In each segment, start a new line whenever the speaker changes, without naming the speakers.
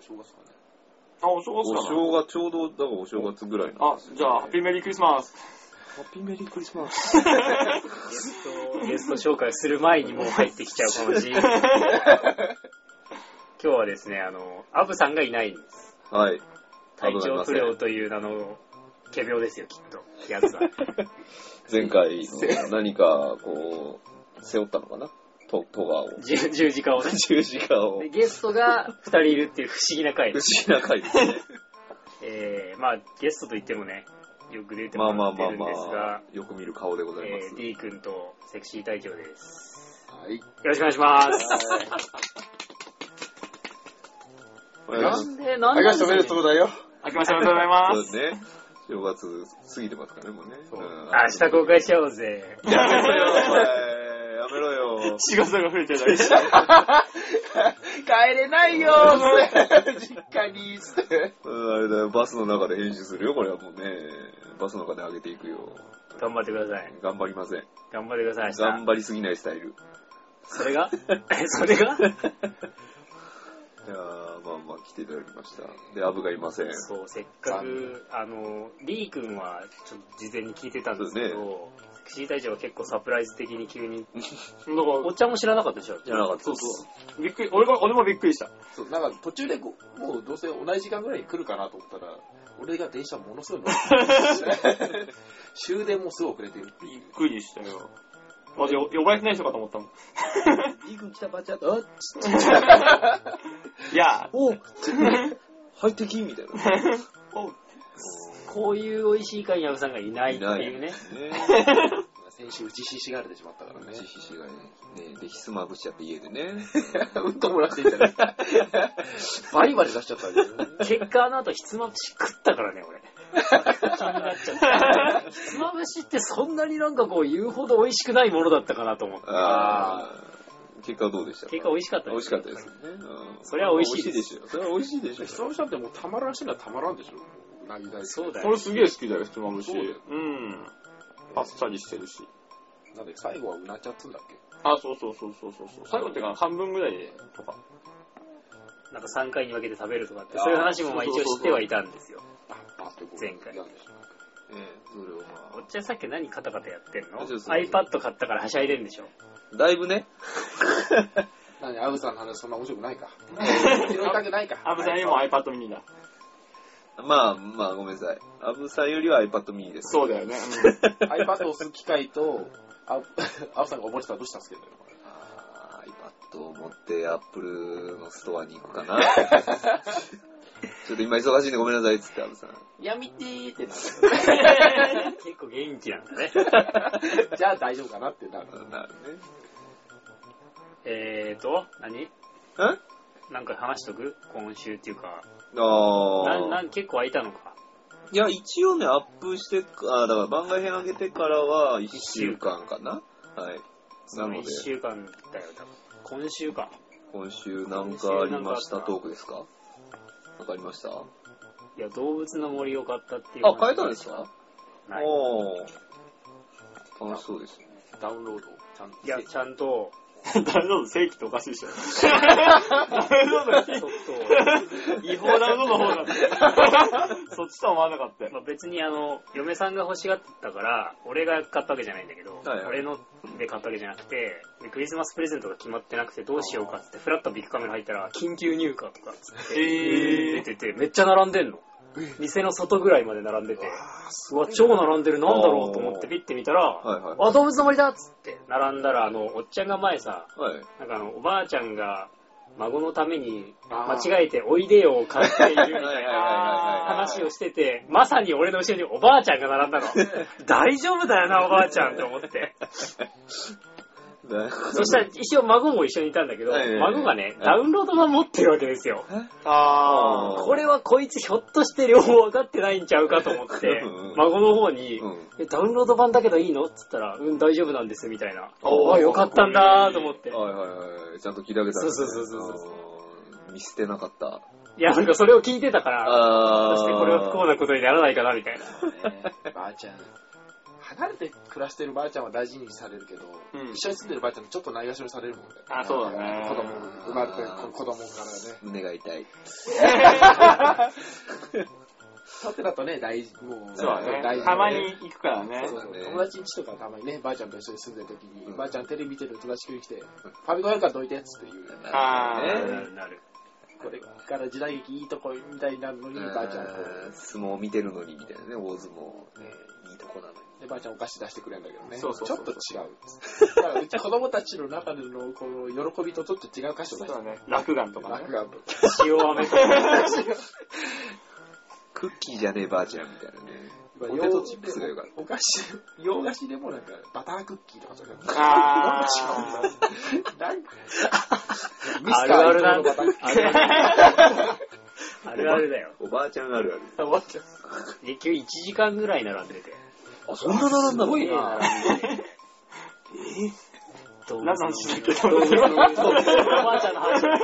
正月かね。
あ、お正
お
月か
正月、ちょうど、だからお正月ぐらい
な。
の。
あ、 じゃあ、ハッピーメリークリスマス。
ハッピーメリークリスマス。
ゲスト紹介する前にもう入ってきちゃうかもしれ ない。今日はですね、あの、アブさんがいないんです。
はい。
体調不良という名の、仮病ですよ、きっと。やつ は。
前回、何か、こう、背負ったのかなと、トガを。
十十字架をね。
十字架を
で。ゲストが2人いるっていう不思議な回
不。思議な回ですね。
えー、まあゲストといってもね、よく出て
まあ
もら
まあ
って
まあ
るん
ま
ですが、
あ、よく見る顔でございま
え
す
ー、。D 君とセクシー隊長です。
はい。
よろしくお願いします。
お願いしま
な
す
んで、な
あ
んで
りがとうございます。だよ。
明けましておめでとうございま。
そうですすね。正月過ぎてますからね、もうね。
そう
うん
明日公開しちゃおうぜ。
やめろよ、お前やめろよ。
仕事が増えちゃうだけでし
帰れないよ実家に。
うんあれだよ、バスの中で編集するよ、これはもうね。バスの中で上げていくよ。
頑張ってください。
頑張りません。
頑張ってください、明
頑
日。
張りすぎないスタイル。
それが えそれが
いやー、まあまあ来ていただきました。で、アブがいません。
そう、せっかく、あの、D 君はちょっと事前に聞いてたんですけ
そう
ど、セクシー隊長は結構サプライズ的に急に。
ょ。だか
おっちゃんも知らなかったでしょ
じゃなかった
そうそう。びっくり、俺が、俺もびっくりした。
そう、なんか途中でこうもうどうせ同じ時間ぐらいに来るかなと思ったら、俺が電車ものすごい乗って る終電もすぐ遅れてるって
び
い
っ
う。
くりしたよ。まず、よ呼ばれてない人かと思ったもん。
D 君来たばっちゃった。
い や、
お ハイテキみたいな。
お
こういう美味しい会に矢部さんがいないっていうね。
ね。
先週、うちひしがれてしまったからね。
ジヒシがね、ねで、ひすまぶしちゃって家でね。
うんと漏らしていたね。バリバリ出しちゃったんだよね。
結果あの後ひつまぶし食ったからね、 俺。気になっちゃった。ひつまぶしってそんなになんかこう言うほど美味しくないものだったかなと思って。
あー。結果はどうでしたか
結果美味しかった
美味しかったです
や
よ
っ
ね
ぱ。
うん
それは美味しいです
美味しいでしょ。それは美味しいでしょ。
質問したってもうたまらんしいのはたまらんでしょ。何大好
り
き
そうだよ
俺。すげえ好きだよ、ひつまぶし。
そうだよ
うん。あっさりしてるし。
なんで最後はうなちゃっつんだっけ
あ、そうそうそうそうそうそう。最後ってか、半分ぐらいで、とか。
なんか3回に分けて食べるとかって、そういう話もまあ一応知ってはいたんですよ。
あ、バスケボール
前回
やるでしょ
ええそれをま
おっちゃんさっき何カタカタやってんの
そうそうそう
?iPad 買ったからはしゃいでんでしょ
あ、だいぶね、
何アブさんの話そんな面白くな いか。拾いたくないか。
あぶさん今 iPad mini だ。
まあまあごめんなさい。アブさんよりは iPad mini です。
そうだよね。
iPad を押す機械と、アブ アブさんが覚えてたらどうしたんですけど。
あー iPad を持って Apple のストアに行くか な。ちょっと今忙しいんでごめんなさいっつって、アブさん。
やめてーってな
結構元気なんだね。
る。じゃあ大丈夫かなってなる。
なるね。
えーと、何
え
なんか話しとく今週っていうか。なんな
ああ。
ん結構空いたのか。
いや、一応ね、アップして、あだから番外編上げてからは1週間かな。はい。な
その
の
1
で、
週間だよ、多分。今週か。
今週なんかあ
今
りました
週なんかあった
トークですかわかりましたあ、
いや、動物の森を買ったっていう。
変えたんですか
はい
おー楽しそうですね。
ダウンロードをちゃんと。
いや、ちゃんと、
うん。ダウンロード正規っておかしいでしょ。ダウンロードが
ちょっ
違法ダウンロードの方だった。そっちとは思わなかった
と、
よ。
まあ、別にあの、嫁さんが欲しがってたから、俺が買ったわけじゃないんだけど、
はいはい
俺ので買ったわけじゃなくて、でクリスマスプレゼントが決まってなくてどうしようかっつって、フラッとビッグカメラ入ったら、緊急入荷とかっつって、
えー
出てて、めっちゃ並んでんの。店の外ぐらいまで並んでて、うわ、超並んでる、なんだろうと思ってピッて見たら、
はいはい。
あ、動物の森だっつって、並んだら、あの、おっちゃんが前さ、
はい。
なんかあの、おばあちゃんが、孫のために、間
あー
違えて、おいでよを買っているみたい
はいはいはいはい
な
はい。
話をしてて、まさに俺の後ろにおばあちゃんが並んだ の。大丈夫だよな、おばあちゃんと思って。
だ
そしたら、一応孫も一緒にいたんだけど
はいはいは、い
孫がね、
はい
ダウンロード版持ってるわけですよ。
あ
ー
これはこいつひょっとして両方分かってないんちゃうかと思って
うん、
孫の方に
う、ん
えダウンロード版だけどいいのって言ったら、うん、大丈夫なんです、みたいな。
おー
ああ、よかったんだーと思って。
はいはいはい。ちゃんと聞いてあげたんですね
そうそうそうそ
あー見捨てなかった。
いや、なんかそれを聞いてたから、
あ
そしてこれは不幸
だ。
なことにならないかな、みたいな。
ねばあちゃん、離れて暮らしてるばあちゃんは大事にされるけど、
うん
一緒に住んでるばあちゃんにちょっとないがしろにされるもんね。
あ、そうだね。
子供、生まれてこ子供からね。
胸が痛い。
さてだとね、大事、もう、
そうだ
大
ね。
事
たまに行くから
そう
ね。
そうそう
ね
友達ん家とかたまにね、ばあちゃんと一緒に住んでる時に、
うん
ばあちゃんテレビ見てるとらしく来て、ファミコンやるからどいてっつって言う。
あー
ね
なるなる。
これから時代劇いいとこみたいになるのに、ばあちゃんこう
相撲見てるのにみたいなね、大相撲。ねいいとこなのに。
で、ばあちゃんお菓子出してくれるんだけどね。
そうそうそう
ちょっと違うっつって。だからうち子供たちの中での、この、喜びとちょっと違う箇所
そう
出して
だね。落眼とかね
楽。があるの
塩飴とか。
クッキーじゃねえばあちゃんみたいなね。
まあ
ポテトチップスがよかっ
お菓子、洋菓子でもなんか、バタークッキーとかそういうの。
あー
なんかミ
あ
ス
る
タ
あ
ー
る
伊
な
藤
んだ
のバタークッキー。
ある あるあるだよ。
た。おばあちゃんあるある。
終わっちゃう。
日給1時間ぐらい並んでて。
あ、
そんな並んだの
すごいな。
動
何
物の
の話だっけ
動物のおばあちゃんの話。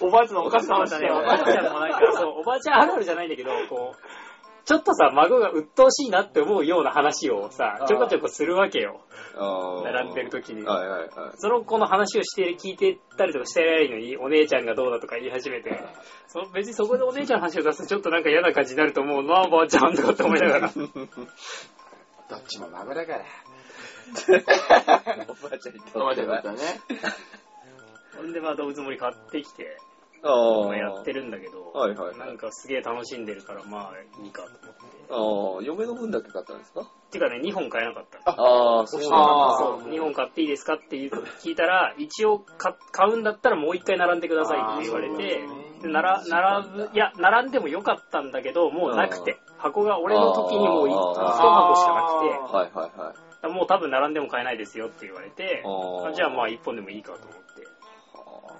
おばあちゃんのお菓子の
おばあちゃ
話だ
んね、お
よ
ば。あちゃんもなんか、そう、おばあちゃんあるあるじゃないんだけど、こう、ちょっとさ、孫が鬱陶しいなって思うような話をさ、ちょこちょこするわけよ。
あー
並んでる時に。
はいはいはい。
その子の話をして聞いてたりとかしてないのに、お姉ちゃんがどうだとか言い始めて、そ別にそこでお姉ちゃんの話を出すとちょっとなんか嫌な感じになると思うな、おばあちゃんとかって思いな がら。
どっちも孫だから。
おばあちゃんにとって
おばあちゃんだっ
は
た。らね。
ほんでまあ動物森買ってきて、
あ
ま
あ。
あやってるんだけど、
はいはいはい
なんかすげえ楽しんでるから、まあいいかと思って。
ああ、嫁の分だけ買ったんですか
てかね、2本買えなかったの。
ああ、そうなんだ。
あ
そう、2本買っていいですかって言う聞いたら、一応か買うんだったらもう1回並んでくださいって言われて
あーそうなんだ、
でなら並ぶ、いや、並んでもよかったんだけど、もうなくて、箱が俺の時にもう1
あー
箱しかなくて
はいはいは
だ
い。
から、もう多分並んでも買えないですよって言われて、
あー
あじゃあまあ1本でもいいかと思って。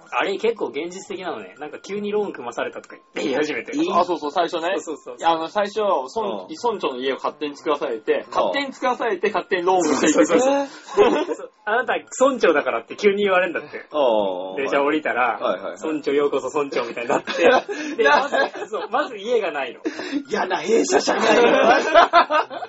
あれ結構現実的なのね。なんか急にローン組まされたとか言って言い始めて。
あ、そうそう、最初ね。
そうそうそう
いやあの、最初、
う
村
ん、
村長の家を勝手に作らされて、
ん
勝手に作らされて、勝手にローンをしてい
そう
く。
そう
そ
そうそうあなた村長だからって急に言われるん だって。
ああ。
電車降りたら、
はいはいはい
村長ようこそ村長みたいにな って、で、まず、そう、まず家がないの。
嫌な弊社社会だな。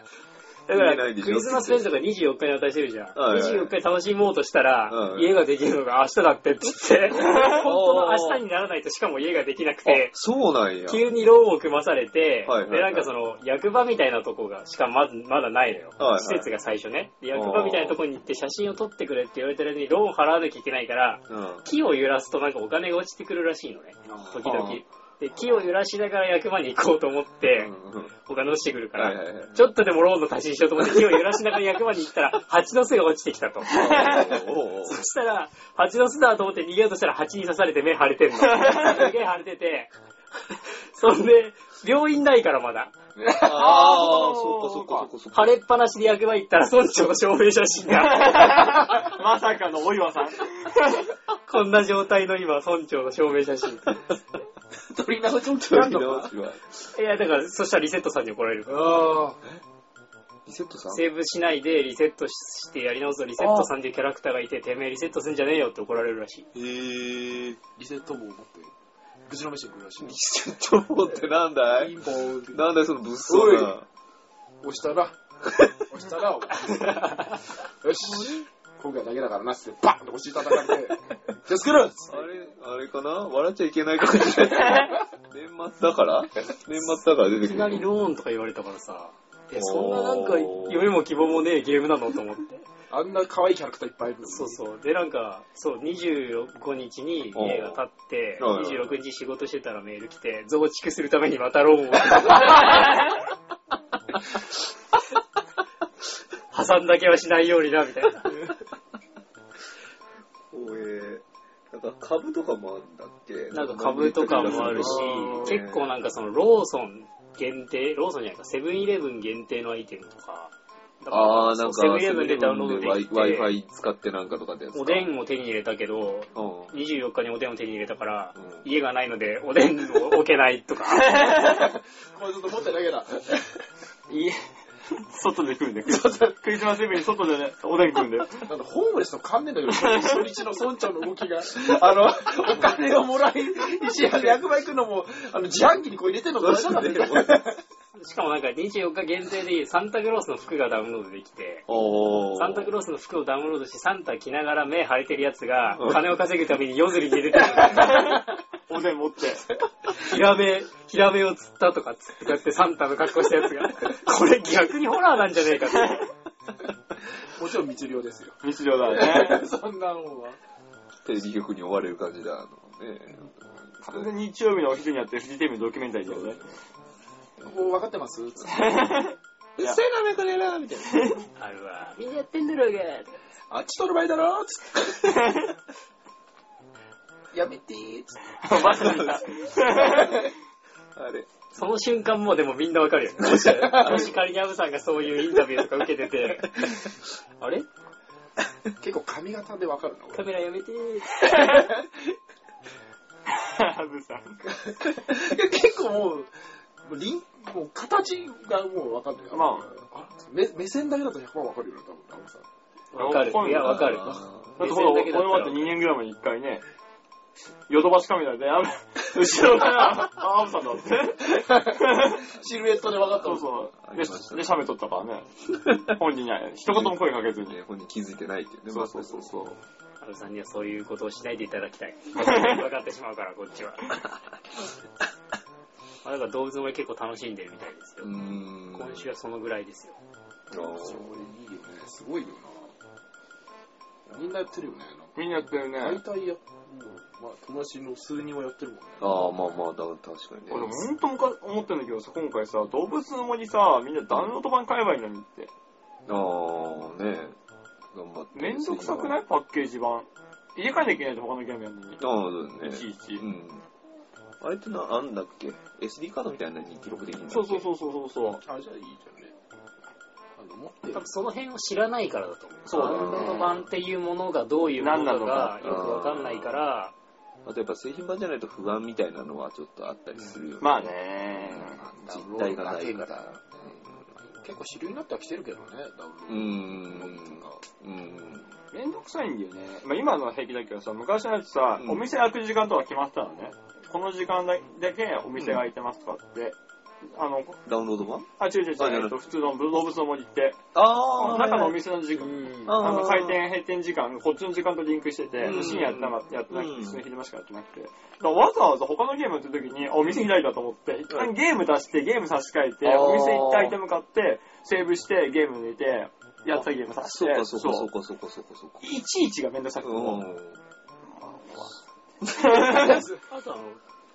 だから、
家ないでしょ
クリスマスフェスとか24日に渡してるじゃん。
はいはい
24日に楽しもうとしたら、
うん
家ができるのが明日だってって言 って、本当の明日にならないとしかも家ができなくて、
そうなんや。
急にローンを組まされて、
はいはいはい
で、なんかその、役場みたいなとこが、しかまず、まだないのよ。
はいはい
施設が最初ね。で役場みたいなとこに行って写真を撮ってくれって言われてる間に、ローン払わなきゃいけないから、
うん。
木を揺らすとなんかお金が落ちてくるらしいのね。時々
ああ。
で、木を揺らしながら役場に行こうと思って
う、んうん
お金落ちてくるか
はいは
ら、
いはい。
ちょっとでもローンの足しにしようと思って木を揺らしながら役場に行ったら、蜂の巣が落ちてきたと。
おう おうおう
そしたら、蜂の巣だと思って逃げようとしたら蜂に刺されて目腫れてんの。すげえ腫れてて、そんで、病院ないからまだ。
ああ、そっかそっかそっかそっか。
腫れっぱなしで役場行ったら村長の証明写真が、
まさかのお岩さん。
こんな状態の今、村長の証明写真。
取り直しも違
取
う
り
の
直
か
しは。
いや、だから、そしたらリセットさんに怒られるから
あ
リセットさん
セーブしないでリセットししてやり直すとリセットさんっていうキャラクターがいて、てめえリセットすんじゃねえよって怒られるらしい。
えー、リ
ーリセット棒を持って、ぶちのめしてくるらしい。
セット棒ってなんだ
ピ
い
ンポーンって
なんだいその物騒な。
押した ら、押したら、よし、今回だけだからなっつって、バンって押し叩かれて、気をつけろっつっ
あれ、あれかな笑っちゃいけないかもしれない。年末だから年末だから出て
い
く
き
る。
なりローンとか言われたからさ、え、そんななんか
おー
夢も希望もねえゲームなのと思って。
てあんな可愛いキャラクターいっぱいいるのに。
そうそう。で、なんか、そう、25日に家が経って、
おー
26日仕事してたらメール来て、増築するためにまたロ ーンを。破産だけはしないようにな、みたいな。
おえー、なんか株とかもあるんだっけ
なんか株とかもあるし
うん、
結構なんかそのローソン限定、ローソンじゃないか、セブンイレブン限定のアイテムとか、だから
あー、なんか、
セブンイレブンでダウンロードできて、
Wi-Fi 使ってなんかとかってやつか。
おでんを手に入れたけど、
うん。
24日におでんを手に入れたから、
うん
家がないのでおで んを置けないとか、
これずっと持ってるだけだ。
家
外で食うんだよ。クリスマスイブに外でね、おでん食うんだよ。
なんかホームレスの観念のように、初日の村長の動きが、あの、お金をもらい、石屋で役場行くのも、あの、自販機にこう入れてんのかなって
しかもなんか24日限定でサンタクロースの服がダウンロードできて、
お
サンタクロースの服をダウンロードし、サンタ着ながら目腫れてるやつが、金を稼ぐために夜釣りに 出てる。
おでん持って。
ヒラメ、ヒラメを釣ったとかつって、こうやってサンタの格好したやつが、これ逆にホラーなんじゃねえかって。
もちろん密漁ですよ。
密漁だね。
そんなもんは。
テレビ局に追われる感じだ。あのね
完全に日曜日のお昼にやってるフジテレビのドキュメンタリーだよ ね。
もう分かってますつって
いや
うっせえな、めくれな、みたいな。
あるわ。みんなやってんだろうが。
あっち取る前だろつ って。やめてーつって。
バスにいた。
あれ。
その瞬間もうでもみんなわかる よ。もし、もし仮にアブさんがそういうインタビューとか受けて て、あれ
結構髪型で分かるの
カメラやめて
ハブさん。
結構もう、もうりんもう形がもう分かんない。
ま
あ目目線だけだと100%分かるよな、多分、ラムさん。
わかる。いや、わかる。
あ
だってほら、俺もあって2年ぐらい前に1回ね、ヨドバシカメラで、あ後ろから、あ、アブさんだって。
シルエットで分かった
そ
も
うん
そう。
そう。で、で写メ撮ったからね。本人には一言も声かけず
ー
に。
ね本人気づいてないっていうね。
そうそうそうそう。
アブさんにはそういうことをしないでいただきたい。分かってしまうから、こっちは。まあ、だから動物も結構楽しんでるみたいですよ。
うーん。
今週はそのぐらいですよ。
これいいよね。すごいよな。みんなやってるよね。
みんなやってるね。
なんか大体や、もう、まあ、友達の数人はやってるもんね。
ああ、まあまあ、だ確かにね。
俺、ほんと昔思ってんだけどさ、今回さ、動物の森さ、みんなダウンロード版買えばいいのにって。
ああ、ね頑張って。
めんどくさくないパッケージ版。入れ替えなきゃいけないと他のゲームやるの
あ
に。
あ、そうだ
い
ね。
ちいち
う。ん。あれってな、あんだっけ ?SD カードみたいなのに記録できるんだっけ
そうそうそうそうそう。
あ、じゃあいいじゃんね。あの、持って
多
る
分。その辺を知らないからだと思う。
そうだ
ア
ね
ウトドア版っていうものがどういうものかが
何
なの
よ
か
くわかんないから、
あとやっぱ製品版じゃないと不安みたいなのはちょっとあったりするよね。
まあね
実体がないから。
結構主流になってはきてるけどね、ダウ
うー
ン
ん
ロードとか。
うん。
めんどくさいんだよね。まあ今のは平気だけどさ、昔のやつさ、
うん
お店開く時間とか決まってたのね。この時間だけお店が開いてますとかって。あの、
ダウンロード版
あ、違う違う
あな
違う、
る
えっと、普通の動物の森って、
あ
中のお店の時間、
うん
あ
あの
ー
開店、閉店時間、こっちの時間とリンクしてて、
うん
深夜やってなかった、やってなく
うん
て、普通の昼間しかやってなくて。だからわざわざ他のゲームやってる時に、あお店開いたと思って、一旦ゲーム出して、ゲーム差し替えて、
あー
お店行ってアイテム買って、セーブして、ゲーム抜いて、やったゲーム差し
そ
て
う、かそうか
そ
そううかそうかそうかそうか。
いちいちがめんどくさくて、
う
も
ん。
あとあ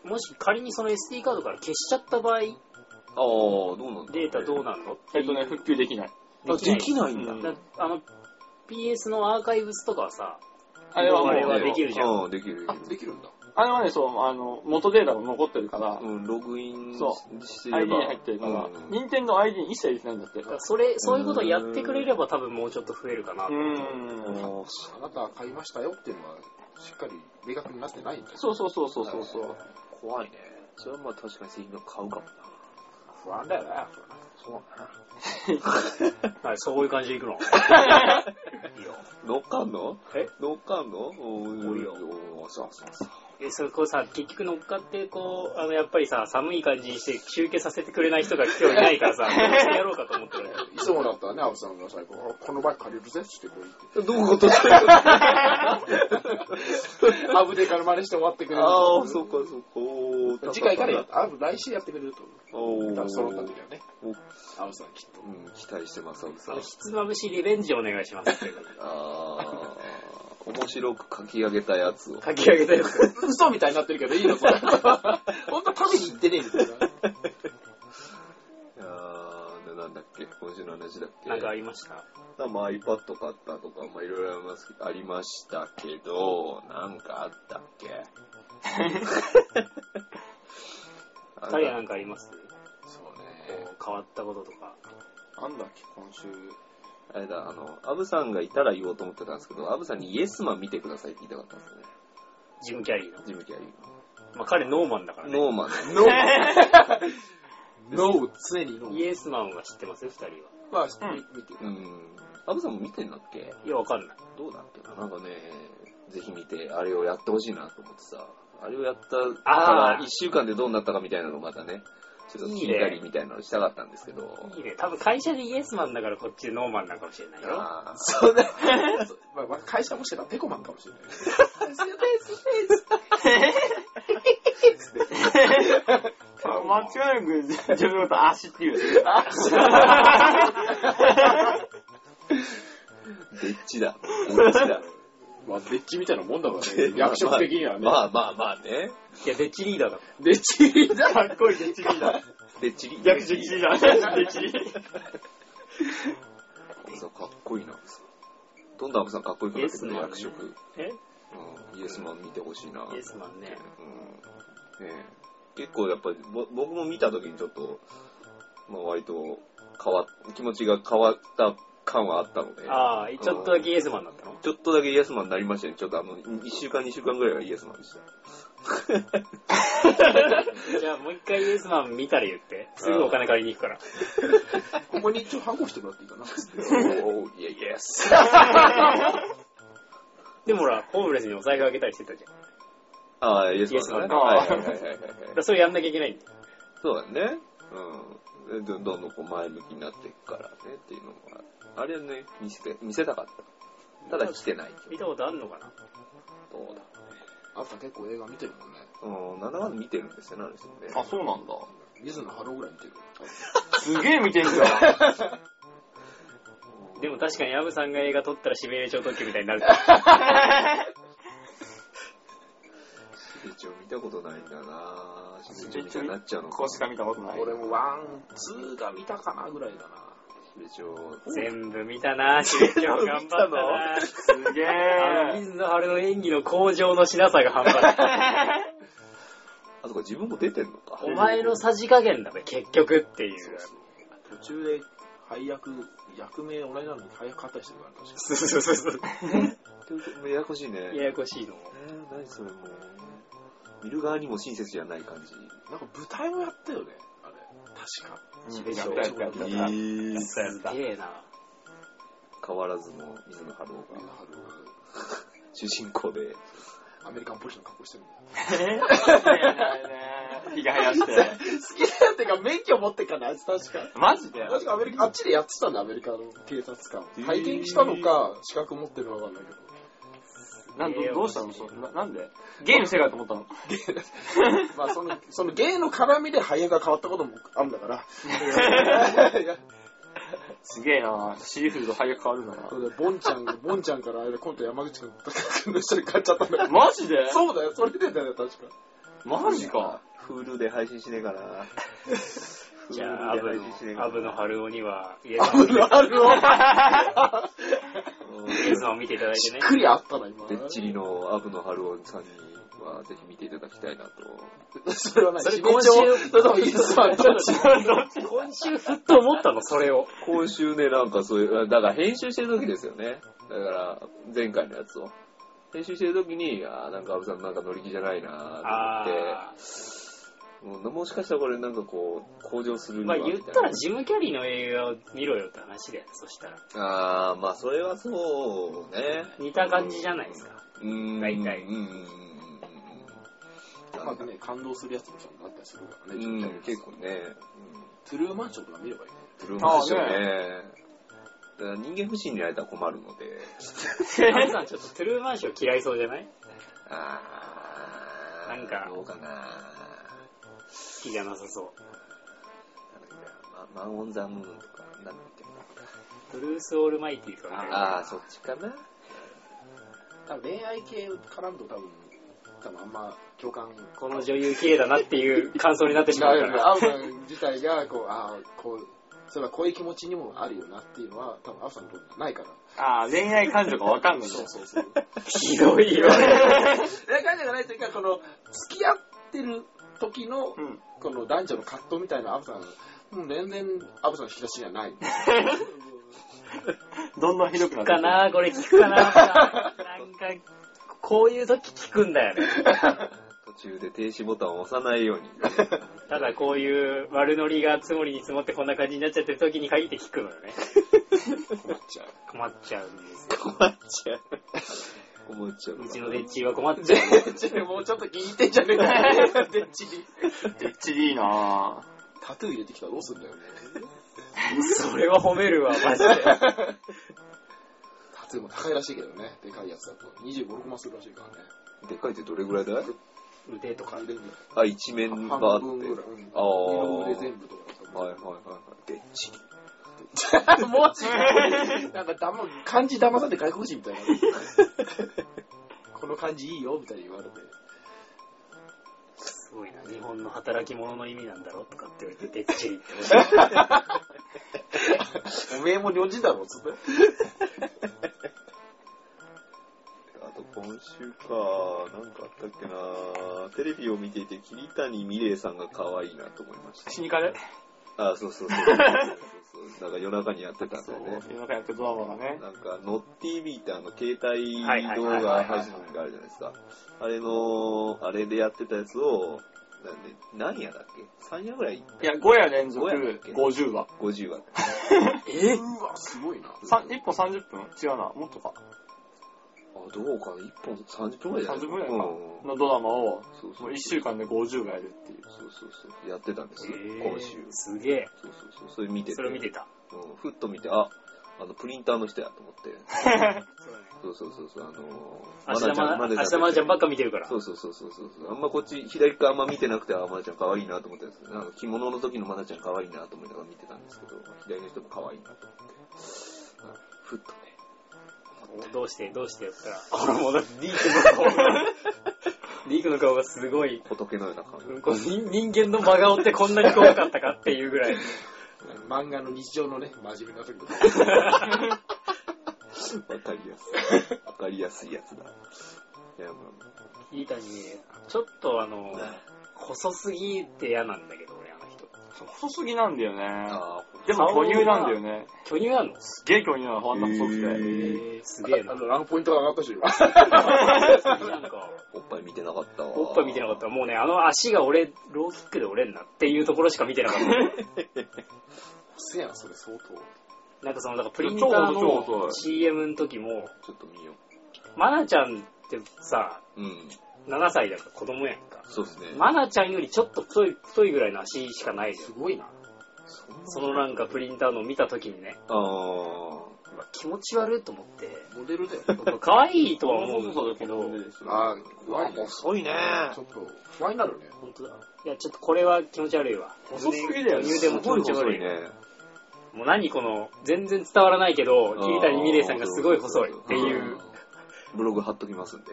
の、もし仮にその SD カードから消しちゃった場合、
ああ、どうなんだろうね
データどうなんの
えっとね、復旧できない。
あできないんだ。
うん
だあの、PS のアーカイブスとかはさ、
あれはもう
あれはで
ね、
きるじゃん
うん、できる。
あ、できるんだ。
あれはね、そう、あの、元データが残ってるから、
うん、ログインし
そ
してれ
ID
ば。
に入ってるから
うん、
任天堂 ID に一切入れてないんだって。
だからそれ、そういうことをやってくれれば多分もうちょっと増えるかな
う。
あ
ん。
ーそ
あなたは買いましたよっていうのは、しっかり明確になってないんだよ
そうそうそうそうそうそう。
う怖いね。それはまあ確かに製品が買うかもな。
不安だよな。
そうだな。
はい、そういう感じでいくの。 いいよ。
乗っかんの
え
乗っかんのおー
おいよ
おーそうそうそう。
でそこさ、結局乗っかって、こう、あの、やっぱりさ、寒い感じにして集計させてくれない人が今日いない からさ、どうしてやろうかと思ってる。
いつもだったらね、青さんが最後、あこのバイク借りるぜって言ってこう言 っ
ど
て。
ういうことしてるのあ
アブデから真似して終わってくれる。
あ、そうかそうか。おー
次回からや、アブ来週やってくれると思
お
う。だか
ー
ら揃った時はね
お、
青さんきっと。
うん、期待してます、アブ
あ
さん
の、。ひつまぶしリベンジお願いします。
あー、面白く書き上げたやつを。
書き上げたよ。
嘘みたいになってるけどいいのそれ。ほんと食べに行ってねえみたいな。
あー、でなんだっけ今週の話だっけ
なんかありました
まあ、まあ iPad 買ったとか、まあ、いろいろありますありましたけど、なんかあったっけ
二
あ
人はな
れ
んかありますこ
そうね。
う変わったこととか。
なんだっけ、今週。
あれだ、あの、アブさんがいたら言おうと思ってたんですけど、アブさんにイエスマン見てくださいって言いたかったんですよね。
ジム・キャリーの。
ジムキャリ
まあ、彼ノーマンだから
ー。
ね。
ノー マン。
ノー。ノー、常にノー。
イエスマンは知ってます二人は。
まあ、
ん
見て、
うん。アブさんも見てんだっけ
いや、わかんない。
どうだっけななんかね、ぜひ見て、あれをやってほしいなと思ってさ、あれをやった
あ
か
ー
ら、一週間でどうなったかみたいなのをまたね、ちょっと聞いたりみたいなのしたかったんですけど。
いいね。多分会社でイエスマンだからこっちでノーマンなのかもしれないよ。
あー
そうね。まあまあ、会社もしてたらペコマンかもしれない。
間違いなく自分のこと足って言うよ ね。
でっちだ。でっちだ。
まあ、デッキみたいなもんだから ね。役職的にはね。
まあまあまあね。
いや、デッチリーダーだもん。
デッキだ。
かっこいい、デチリーダー。
でっちり。
逆デチリーダー。デチリ
そうかっこいいな、アブさん。どんどんアブさんかっこよくなってく
イエス
る
マン
役職。
え
うん、イエスマン見てほしいな。
イエスマンね。
うんねえ結構やっぱりぼ僕も見た時にちょっと、まあ、割と変わっ気持ちが変わった感はあったので
ああ、ちょっとだけイエスマンだったの
ちょっとだけイエスマンになりましたねちょっとあの1週間2週間ぐらいはイエスマンでした
じゃあもう一回イエスマン見たら言って。すぐお金借りに行くから。
ここに一応ハンコしてもらっていいかな。
おーイエイエス
でもほら、ホームレスにお財布あげたりしてたじゃん。だか
ああイエスマンだね
イエ
は
ス
い
マ
はいはいは
ンだ
いはい
らそれやんなきゃいけないんだよ。
そうだねうんでどんどんこう前向きになっていくからねっていうのもああれはね見せて見せたかったただ来てない
見たことあんのかな
どうだ
あんた結構映画見てるもんね。
うん7話見てるんですよねあの人ね
あ、そうなんだ。
水野ハローぐらい見てる。
すげえ見てんじゃん。
でも確かにアブさんが映画撮ったら指名状特急みたいになる。
一応見たことないんだなぁ。
シ
シ
ベ
ベ
チ
チ
ョ
ョ
ウ
ウみたいに
みたいにな
なっちゃうの
ここしか見たことない。
俺もワン、ツーが見たかなぐらいだな。
シベチョウ。
全部見たなぁ、指名状頑張った なぁ。
すげ
あの
え。
水野春の演技の向上のしなさが半端ない。
あ、そこ自分も出てんのか。
お前のさじ加減だね、結局っていう。
途中で配役、役名同じなのに配役変わったりしてるから、確か
そうそうそうそう。
ややこしい ね。
ややこしいの。
えー、何それもう。見る側にも親切じゃない感じ。
なんか舞台もやったよね、あれ。確か。
うんやった
やったやったやった
え
やったやった
すげえ な
変わらずの水野春夫
水野
が
ハロ
主人公で。
ーがアメリカンポリスの格好 してるもん。
ねひげ生やして。
好きだよってか、免許持ってかない確か。
マジで
確かアメリカ、あっちでやってたんだ、アメリカの警察官。体験したのか、資格持ってるのかわかんないけど。
なんどどうしたのそうななんでゲームしてからと思ったの
まあその、その芸の絡みで俳優が変わったこともあるんだ から。いや
すげえなシーフード配役変わるんだな
そ。れでボンちゃんが、ボンちゃんからあれで今度山口君の人に買っちゃったんだ から。
マジで
そうだよ、それでだよ、確か。
マジか。。
フールで配信しねえかな。
じゃあ、アブ
Hulu で配信しねえ
の、
か
ア
な
ブの春男には、イエ
あるある
うん
スマンを見ていただいて
しっ
ね。
くりあったな、今。
でっちりのアブの春夫さんにはぜひ見ていただきたいなと。
それはない。
それ
姫路
今週、
それともイエ スマンどっち
今週ふっと思ったの、それを。
今週ね、なんかそういう、だから編集してる時ですよね。だから、前回のやつを。編集してる時に、あーなんか安部さんなんか乗り気じゃないな
あ
と思って、もうもしかしたらこれなんかこう、向上する
ー。
に
まあ
はみたい
言
な。
ったらジム・キャリーの映画を見ろよって話で、そしたら。
あー、まあそれはそうね。
似た感じじゃないですか。
うーん。
大体
うんうんうん
まあね、感動するやつもちゃんとあったりするからね、
うんうん。
ち
う
ょっ
ん、
と
結構ね。
トゥルーマンションとか見ればいいね。
ブルーマンションね。だから人間不信になれたら困るので。
皆さんちょっとトゥルーマンション嫌いそうじゃない
あー、
なんか
どうかな。
好きじゃなさそう。
ママンオンザムーンとか、なんだっけ。
ブルース・オールマイティとかね。
ああ、そっちかな。
多分恋愛系絡むと多分、多分あんま共感。
この女優綺麗だなっていう感想になってしま
な
う
る
か
よね。
ら。
アブさん自体が、こう、ああ、こう、そういえばこういう気持ちにもあるよなっていうのは、多分アブさんにとってはないから。
あー恋愛感情がわかんない
そう
の。
そうそう。
ひどいよ。
恋愛感情がないというか、この、付き合ってる時の
う、ん。
この男女の葛藤みたいなアブさん、もう全然アブさんの引き出しにはない。
どんどんひどくなってく
か
る
なこれ聞くかななんか、こういう時聞くんだよね。
と途中で停止ボタンを押さないように。
ただこういう悪ノリが積もりに積もってこんな感じになっちゃってる時に限って聞くのよね。
困っちゃう。
困っちゃうんです。
困っちゃう。困っちゃう。
うちのデッチは困っちゃう。
も うちょっと聞いてんじゃねえか。 でっちに。
でっちりいいなぁ。
タトゥー入れてきたらどうすんだよね。
それは褒めるわ、マ ジで。
タトゥーも高いらしいけどね。でかいやつだと。25、6万するらしいからね。
でかいってどれぐらいだい
腕とか。
入れる
あ、一面バー
半
っ
分
て。
ぐらい。うん
あー
二の腕全部とかだと思う。
はいはいはいはい。でっちり。
もう、なんかだま、漢字騙されて外国人みたいな。この漢字いいよみたいに言われて。
すごいな。日本の働き者の意味なんだろとかって言われて、でっちりってほしい。
おめえも日本人だろ、つって。
あと今週か、なんかあったっけなテレビを見ていて、桐谷美玲さんが可愛いなと思いました。
死にかれ。
あ、そうそうそう。そうそうなんか夜中にやってたんだ
そう
よね。、
夜中やってるドラマがね。
なんか、ノッティービーってあの、携帯
はいはい
動
はいは
画
いはい
配信があるじゃないですか。あれの、あれでやってたやつを、なんで、何夜だっけ ?3 夜ぐらい
いや、5夜連続
五夜だっけ
50話。
?50 話。
えうわ、すごいな。
さん一本30分違うな、もっとか。
あ、どうかな ?1 本30分ぐらいじゃない
30分ぐらいか
うん
のドラマを、
そうそ
もう
う。
1週間で50話やるっていう。
そうそうそう。やってたんですよ、
えー
今週。
すげえ。
そうそうそう。それ見てて。
それを見てた。
うん、ふっと見て、あ、あの、プリンターの人やと思って。そうそうそうそう、あの
明日まな、明日まなちゃんばっか見てる から。
そうそうそうそうそう。あんまこっち、左側あんま見てなくて、あ、マナちゃん可愛いなと思ったんですけど、あの着物の時のマナちゃん可愛いなと思いながら見てたんですけど、左の人も可愛いなと思って。うんふっとね。
どうして、どうしてって言ったら、あら、もうだってリークの顔が、リークの顔がすごい、
仏のような顔に。
こう人人間の真顔ってこんなに怖かったかっていうぐらい。
漫画の日常のね、真面目な時とか。
わかりやすい。わかりやすいやつだ。いや、ま
いい谷ちょっとあの
あ、ま
細すぎて嫌なんだけど、俺あの人。
細すぎなんだよ
あ。
ね。
ああ、
でも巨乳なんだよね。
巨乳なの
すげえ巨乳なの、ほんと細
へ
くて。
ー
すげえな
あ。の、ランクポイントが上がったし、
な
今。
んか、
おっぱい見てなかったわ。
おっぱい見てなかった
た。
らもうね、あの足が俺、ローキックで折れんなっていうところしか見てなか った。
せやん、それ相当。
なんかその、だからプリンター
超細い超細
の
い
CM の時も、
ちょっと見よ
マナちゃんってさ、
う。うん。
7歳だから子供やんか。
そうですね。
マナちゃんよりちょっと太い、太いぐらいの足しかないじゃん
す。ごいな。
そのなんかプリンターのを見た時にね、
ああ。
うわ気持ち悪いと思って、
モデルだよ。
僕可愛いとは思うんだけど、
あ
あー、怖いね。
遅いね。
ちょっと、不安になるね。
本当だ。いや、ちょっとこれは気持ち悪いわ。
細すぎだよね
言うでも気持ち
細
悪
い
い。
ね。
もう何この、全然伝わらないけど、桐谷美玲さんがすごい細いってい
ん
う、
ブログ貼っときますんで。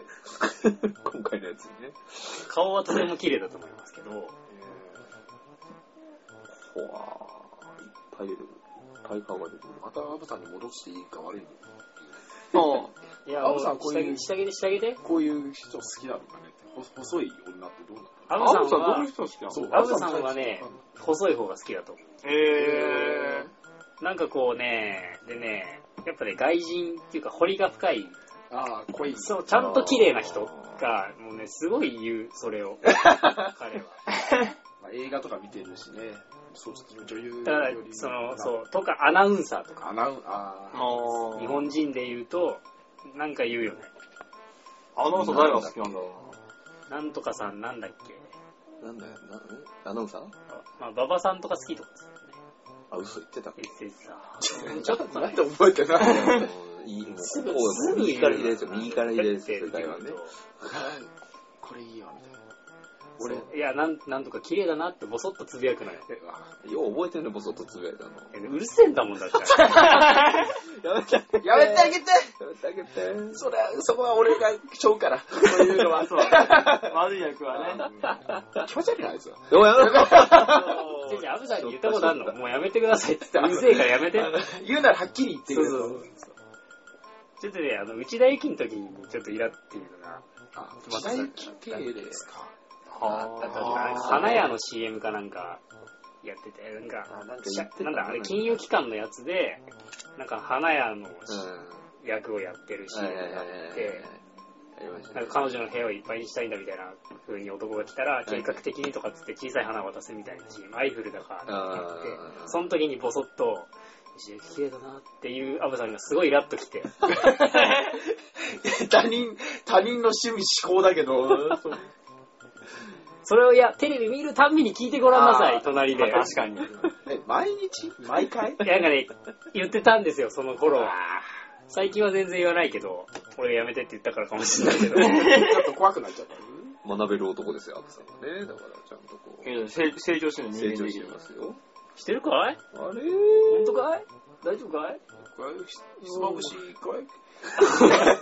今回のやつにね。
顔はとても綺麗だと思いますけど、
ほわーいっぱいいる。いっぱい顔が出てく
またアブさんに戻していいか悪いの
そう。
いや、もう
青さんこう
下
いう
着、下着で下着で。
こういう人好きなのかねほ細い女ってどうなの
ア
ア
ブさ
ブさ
ん
んどうい
は
う、人好きなの
そう
アブさんはね、細い方が好きだと思
え
う。なんかこうね、でね、やっぱね、外人っていうか、彫りが深い
ああ、濃い。
そう、ちゃんと綺麗な人が、もうね、すごい言う、それを。彼は。
まあ映画とか見てるしね。そう、女優
だから
より、
その、そう、とか、アナウンサーとか、
アナウン、あ
ー。あ
日本人で言うと、なんか言うよね。
アナウンサー誰が好きなんだろ
なんとかさん、なんだっけ。
る。なんだよ、な、えアナウンサー
あまあ、馬場さんとか好きとかですよね。
あ、嘘言ってたっけ
言ってさ。
あ、 ちょっとなんて覚えてない。
あのいい、もう、
す
こ
ぐ、
う
すぐ言
右
う
から左ですよ。右から左
言
で
っ
す
て
よ。世
る
界は
言う
ね。
と。
これいいよ、みたいな。
俺、いや、なん、なんとか綺麗だなってボソッとつぶやくのよ。
えあ
よう覚えてるね、ボソッとつぶやいたの。
えうるせえんだもんだ って。
やめてあげて
やめてあげ
やめ
て
てあげて
それは、そこは俺がしょう から。そういうのは。
う。そう。悪い役はね。
気持ち悪いな、あいつは。
ようやめろ
じゃじゃあ、アブさんに言ったことあるのもうやめてくださいって言って、うるせえからやめて。
言うならはっきり言って
そ
く
う
れ
そ
と
うそう。ちょっとね、あの、内田駅の時にちょっとイラっていうのが、
あ、時代経営ですか。
は
なんか花屋の CM かなんかやってて、なんか、
あなんか
し
言
ゃ
ってた
なんだ、あれ、金融機関のやつで、なんか花屋のし
うん。
役をやってる CM があって、
ありました
なん
ね。
か彼女の部屋をいっぱいにしたいんだみたいな風に男が来たら、計画的にとかっつって小さい花渡すみたいなシーン、アイフルだからって言って
あー
その時にボソッと、石垣綺麗だなっていうアブさんがすごいイラッときて、
他人、他人の趣味思考だけど、 そう
それをいや、テレビ見るたんびに聞いてごらんなさ
あ
い、
ー
隣で。
まあ確かに。
え毎日毎回
なんかね、言ってたんですよ、その頃は。最近は全然言わないけど、俺やめてって言ったからかもしれない けど。
ちょっと怖くなっ ちゃった。
学べる男ですよ、アブさんはね。だから、ちゃんとこう、
成成長してる人
成
間
長
で
し
き
て
る。
ますよ。
してるかい
あれ
本当かい大丈夫かい
これひひつまぶしか いちゃん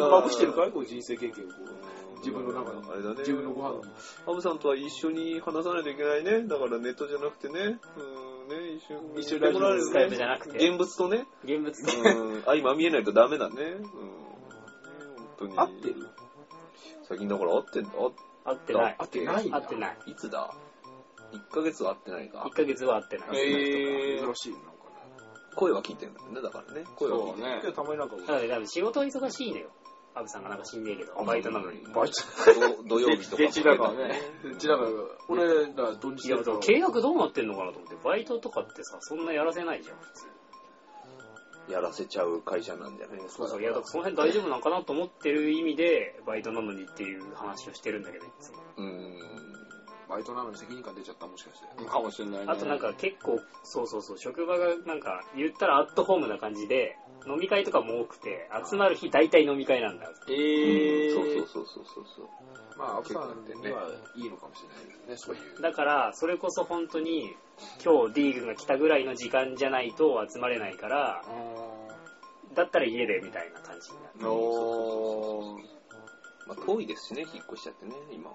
とまぶしてるかいこう人生経験をこう自分の中
あれだ
で
ね。
自分のご飯に
アブさんとは一緒に話さないといけないね。だからネットじゃなくてね。うん、ね、一緒に。
一緒にラジオ
スカイプじゃなくて
現物とね。
現物と。
うん。あ、今見えないとダメだね。うん。ね本当に。
合ってる
最近だから合ってんだ。
合ってない。
合ってないん
合
だ
ってない。
いつだ ?1 ヶ月は合ってないか
1。ヶ月は合ってない。
えー
珍しいなんか
声は聞いてんだよね。だからね。声は聞いて
そうね
ねいやたまになんか
だから多分仕事は忙しいのよ。アブさんがなんか死んねえけど、バイトなのに。
バイト
土土曜日とかも
月だからね。
う ちだから俺ら土
い
日
や、
だ
で
と
も契約どうなってんのかなと思って、バイトとかってさ、そんなやらせないじゃん、普通。
やらせちゃう会社なんじゃないです
そ
か。
うそう、いや、だからその辺大丈夫なんかなと思ってる意味で、バイトなのにっていう話をしてるんだけど、いつも。
うん。
バイトなのに責任感出ちゃったもしかして
かもしれないね。
あとなんか結構、そうそうそう、職場がなんか、言ったらアットホームな感じで、飲み会とかも多くて、集まる日大体飲み会なんだ。
えー、
そうそうそうそうそうそう。
まあアブさんにはいいのかもしれないですねそういう
だから、それこそ本当に、今日 D 君が来たぐらいの時間じゃないと集まれないから、だったら家でみたいな感じになる。
おー
まあ、遠いですしね、引っ越しちゃってね、今。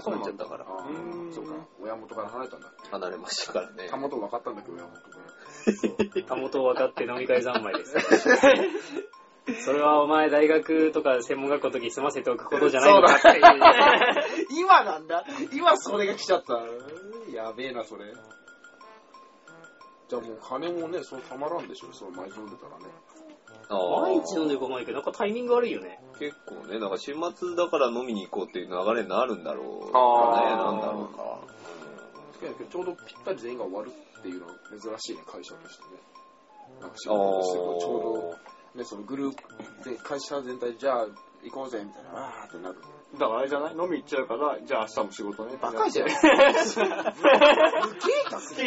遠
そう
く
な
なんっ
だ
ちゃったから。
あ
う
ー
ん
そうか親元から離れたんだ
離れましたからね
た。まと分かったんだけど親元か
たもとを分かって飲み会三昧です。それはお前大学とか専門学校の時に済ませておくことじゃないのかっていう。
ら今なんだ今それが来ちゃったやべえなそれじゃあもう金もねそうたまらんでしょそう毎日飲んでたらね
あー
毎日飲んでるかもないけど、なんかタイミング悪いよね。
結構ね、なんか週末だから飲みに行こうっていう流れになるんだろう。
あー
ね、なんだろうか。
確かにちょうどぴったり全員が終わるっていうのは珍しいね会社としてねなんか仕
あ
事としてこうちょ
ー
うどねそのグループで会社全体じゃあ行こうぜみたいなわーってなる
だからあれじゃない飲み行っちゃうから、じゃあ明日も仕事ね。
バカじゃん
スケ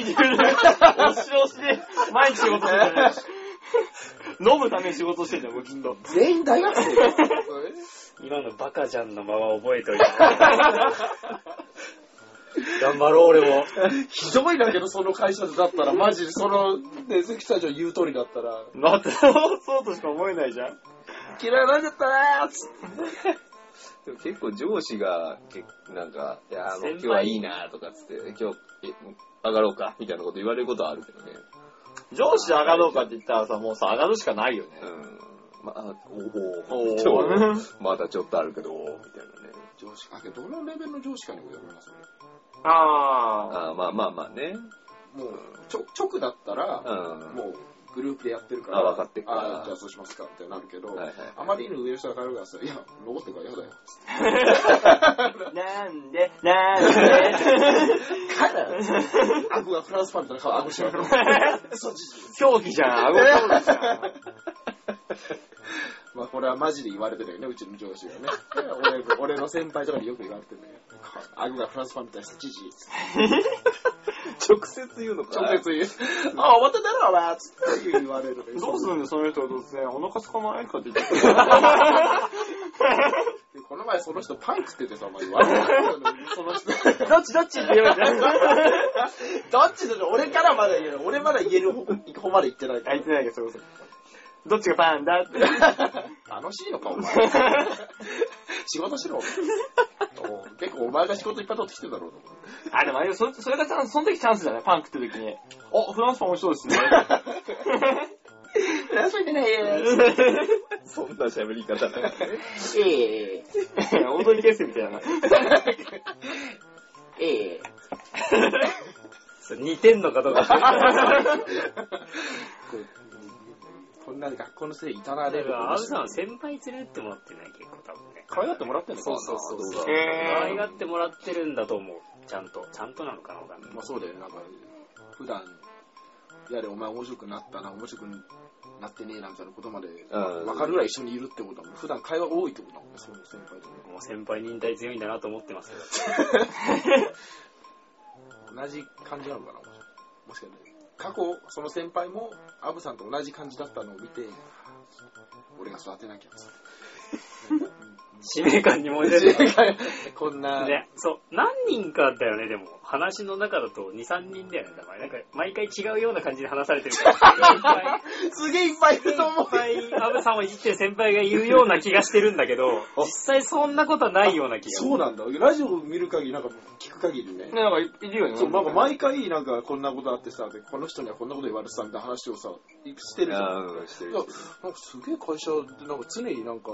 ジュール、 押し押しで、毎日仕事してる。 飲むために仕事してんじゃん、もうきっ と。
全員大学生だよ
今のバカじゃんのまま覚えといて。頑張ろう、俺も。
ひどいだけどその会社だったらマジでそのね関社長言う通りだったら
また、そうとしか思えないじゃん。
嫌いになっちゃったなーっつって
でも結構上司が、けなんか、いやー、もう今
先輩
日はいいなーとかっつって、今日、え、上がろうか、みたいなこと言われることはあるけどね。
上司で上がろうかって言ったらさ、もうさ、上がるしかないよね。
うん。まあ、お
お
お
ー
今日、まだちょっとあるけど、みたいなね。
上司あけどどのレベルの上司かにもよるなそれ
ああ。
あーまあまあまあね。
もうちょ直だったら
うん。
もうグループでやってるから、
あ分かってっから
あじゃあそうしますかってなるけど、
はいはい
あまりに上の人が変わるからさ、いや、登ってからやだよ。
なんで、なん で、
帰れアゴがフランスパンみたいな顔、アゴしちゃうから。そっち
狂気じゃん、あご狂気じゃん。
まあこれはマジで言われてるよね、うちの上司がね。俺俺の先輩とかによく言われてるんだけど、アゴがフランスパンみたいな人、じじい。
直接言うのか。
直接言う。あ、終わったんだろ、お前つって言われるのよ
どうするんだよ、その人が突然、お腹すかないかって言って
でこの前その人パン食っててさ、お前言われるの よその人。
どっちどっちって言われ
どっちだろう俺からまだ言える。俺まだ言える方方まで言ってないか
言
ら
って。ないけど、それこそ。どっちがパンだ って。
楽しいのか、お前。仕事しろ。おう結構お前が仕事いっぱい取ってきてんだろうと思って
あ、でもあれそ、それがチャンス、その時チャンスじゃないパン食ってる時に。お、フランスパン美味しそうですね。
楽しん でないよ。
そんな喋り方ない。
ええ
大通り決戦みた いな。
ええ
似てんのかどうか。
こんな学校のせいいたな
だ
れ
か
る。
ら、アブさんは先輩連れてってもらってない、結構。
可愛がってもらってんのか な
そうそうそう
動画
可愛
え
がってもらってるんだと思う。ちゃんと。ちゃんとなのかなわかんない。
まあそうだよね、なんか、普段、やれお前面白くなったな、面白くなってねえな、みたいなことまで、
うん
わかるぐらい一緒にいるってことだもん。普段会話多いってことだもんね、そういう先輩とね
もう先輩忍耐強いんだなと思ってますけど。
同じ感じなのかな、もしもしかして。過去、その先輩も、アブさんと同じ感じだったのを見て、俺が育てなきゃ。
使命感に燃えてる。
こんな、
ね、そう、何人かだよね、でも。話の中だと2、3人だよね、名前。なんか、毎回違うような感じで話されてる から。
すげえいっぱいいると思う
先。輩、アブさんをいじってる先輩が言うような気がしてるんだけど、実際そんなことはないような気が
そうなんだ。ラジオ見る限り、なんか聞く限りね
ー、。ね、なんかいいるよね。
そう、なんか
前
毎回、なんかこんなことあってさ、でこの人にはこんなこと言われてたみたいな話をさ、してるじゃん。
あーうんしてる
いや、なんかすげえ会社で、なんか常になんか、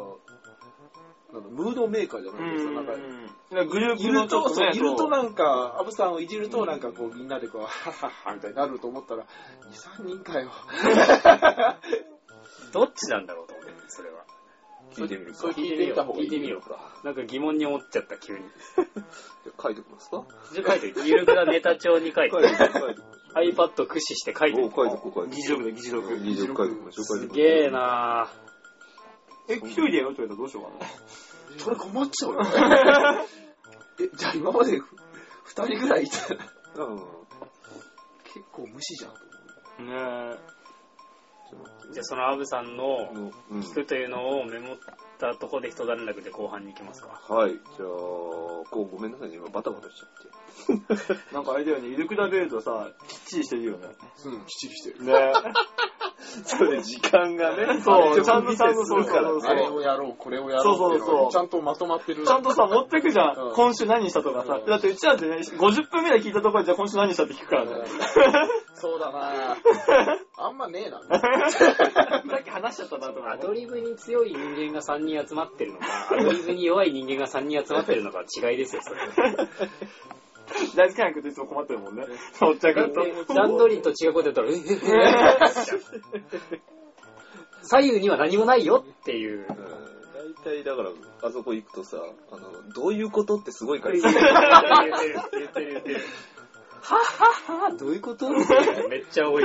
なんかムードメーカーじゃ
う
ないですか、なんか。
ん。なんかグルー
い
プの
る
ちょ
と、
っと
そう、
ね、
いると
そう
なんか、アブさんをいじると、なんかこう、みんなでこう、はははみたいになると思ったら、2、3人かよ。
どっちなんだろうと思って、それは。
聞いてみるか
それ。聞いてみた方がいい。
聞いてみよう
か。
なんか疑問に思っちゃった、急に。
じゃあ書いておきますか
じゃあ書いといて、ゆるくなネタ帳に書いて、
書いておこう
iPad 駆使して書いて
書い
る
ておこう書いておこう。
議事録で議事録。
議事録書いておきましょう。
すげえ
な。
なぁ。
え、一人でやろうって言われたらどうしようかな。
それ困っちゃうよ。え、じゃあ今まで2人ぐらいいたら、
うん。ちょ
結構無視じゃん。
ね
っと待って
じゃあそのアブさんの
あのうん
聞くというのをメモったところで人段落で後半に行きますか。
はい。じゃあ、こうごめんなさいね。今バタバタしちゃって。
え。なんかあれだよね、イルクダ出るとさ、きっちりしてるよね。
うん、きっちりしてる。
ね
それ時間がね
そう
ちゃん
ちゃ
と
んとちゃんとそうそう
あれをやろう、これをやろうって
そうそう
いのが
そう
ちゃんとまとまってる。
ちゃんとさ、持ってくじゃ
うん
ん。今週何したとかさ
う。ん
だってうちらってね、50分ぐらい聞いたところで、じゃあ今週何したって聞くからね。
そうだなぁあんまねえな。
さっき話しちゃったなと思
ア
って
ド。リブに強い人間が3人集まってるのか、アドリブに弱い人間が3人集まってるのかは違いですよ、それ。
大好きなくていつも困ってるもんね。おっちゃんくんと。
段取りと違うことやったら、えへへへ左右には何もないよっていう。
うん大体だから、あそこ行くとさ、あの、どういうことってすごいから
言ってる言ってる言ってる。はっはっは、どういうことみたいなめっちゃ多い。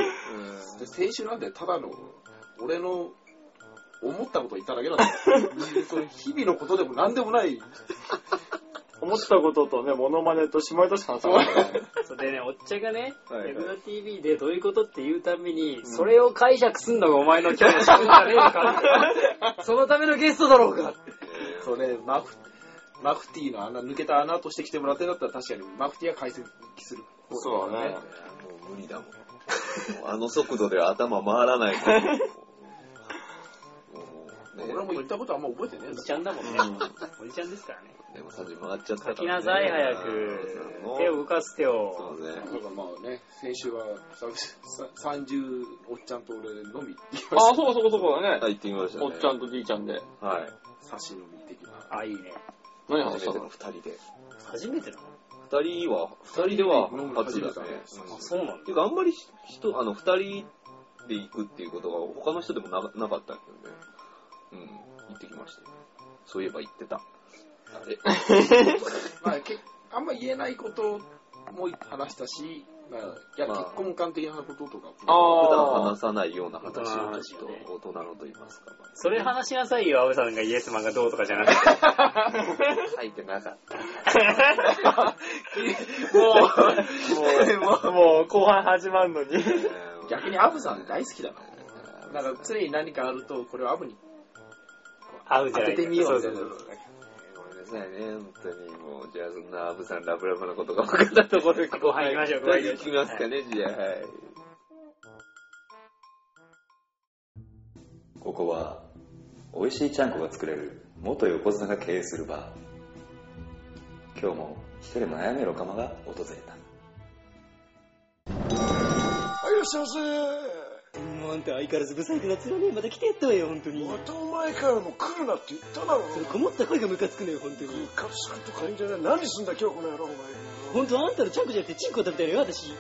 で先週なんでただの俺の思ったことを言っただけなんだよその日々のことでも何でもない
思ったこととね、モノマネと下ネタしか話さないからね。
そうでね、おっちゃんがね、
はいはい
レグザ TV でどういうことって言うたんびに、それを解釈すんのがお前の今日の仕事じゃねえのか。そのためのゲストだろうか。
そうねマフマフティーの穴抜けた穴として来てもらってんだったら確かにマフティーは解析する
そうだね
もう無理だもん。もうあの速度では頭回らないから。もう
俺
ね、
も言ったことあんま覚えてねえ
お
ん
じ
だ
ちゃんだもんね
うん。
おじちゃんですからね。
でもさじ回っちゃったから、
書き
ね。
なさい、早く。手を動かす手
そ
を。
うね。
だからまあね先週は久々30おっちゃんと俺のみ
あ、そうかそうかそうかだね。
はい、行ってみましたね。
おっちゃんとじいちゃんで。
はい。
差し飲み的な
あ、いいね。
何話
初
した
めて
の
の二人で。
初めてなの
二人は、二人では初だね。
あ、そうなんだ。
ていうか、あんまり人、あの、二人で行くっていうことが他の人でもななかったんだよね。うん、行ってきましたよ。そういえば行ってた。あれ
まあけあんま言えないことも話したし、まあ、いや
まあ
結婚観的なこととかも
普
あ
段
ー
話さないような話をちょっ
大人の話ね
と大人のと言いますか。ま
それ話しなさいよ、アブさんがイエスマンがどうとかじゃなくて。
あ入ってな かった。
もう、もう後半始まるのに。
逆にアブさん大好きだな。なんか常に何かあると、これをアブに
合うじ
当
ゃな
て
いか
てみようみた
そ
いな。
そそう
ごめんなさいね、本当に。もう、じゃあそんなアブさんラブラブなことが分かったところで、
ご飯行きましょうご飯行
行
き
き
ましょう
ますかね、じゃあ、はい。
ここは美味しいちゃんこが作れる元横綱が経営するバー今日も一人も悩めるおかまが訪れた
はい、いらっしゃいませ。
もうあんた相変わらずブサイクなつよねまた来てやったわよ本当に
またお前からも来るなって言っただろ
そのこもった声がムカつくのよ本当
ム
に
カつくとかいいんじゃない何すんだ今日この野郎お前
本当あんたのチャンコじゃなくてチンコ食べたいのよ私
ろ、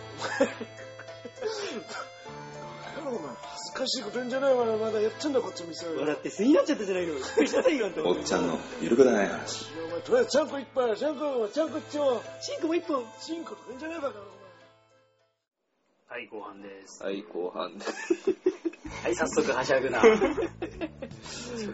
お前。恥ずかしいこと言うんじゃないわよ。まだやってんだ、こっちの店。
笑って素になっちゃったじゃないの。しなさいよ、あんた。
おっちゃんのゆるくだない話。
お前、とりあえずちゃんこ一杯、ちゃんこ、ちゃんこっちも、
シンクも一本。
チンコとか言うんじゃねえバカお前。
はい、後半です。
はい、後半 で。
はい、早速はしゃぐな。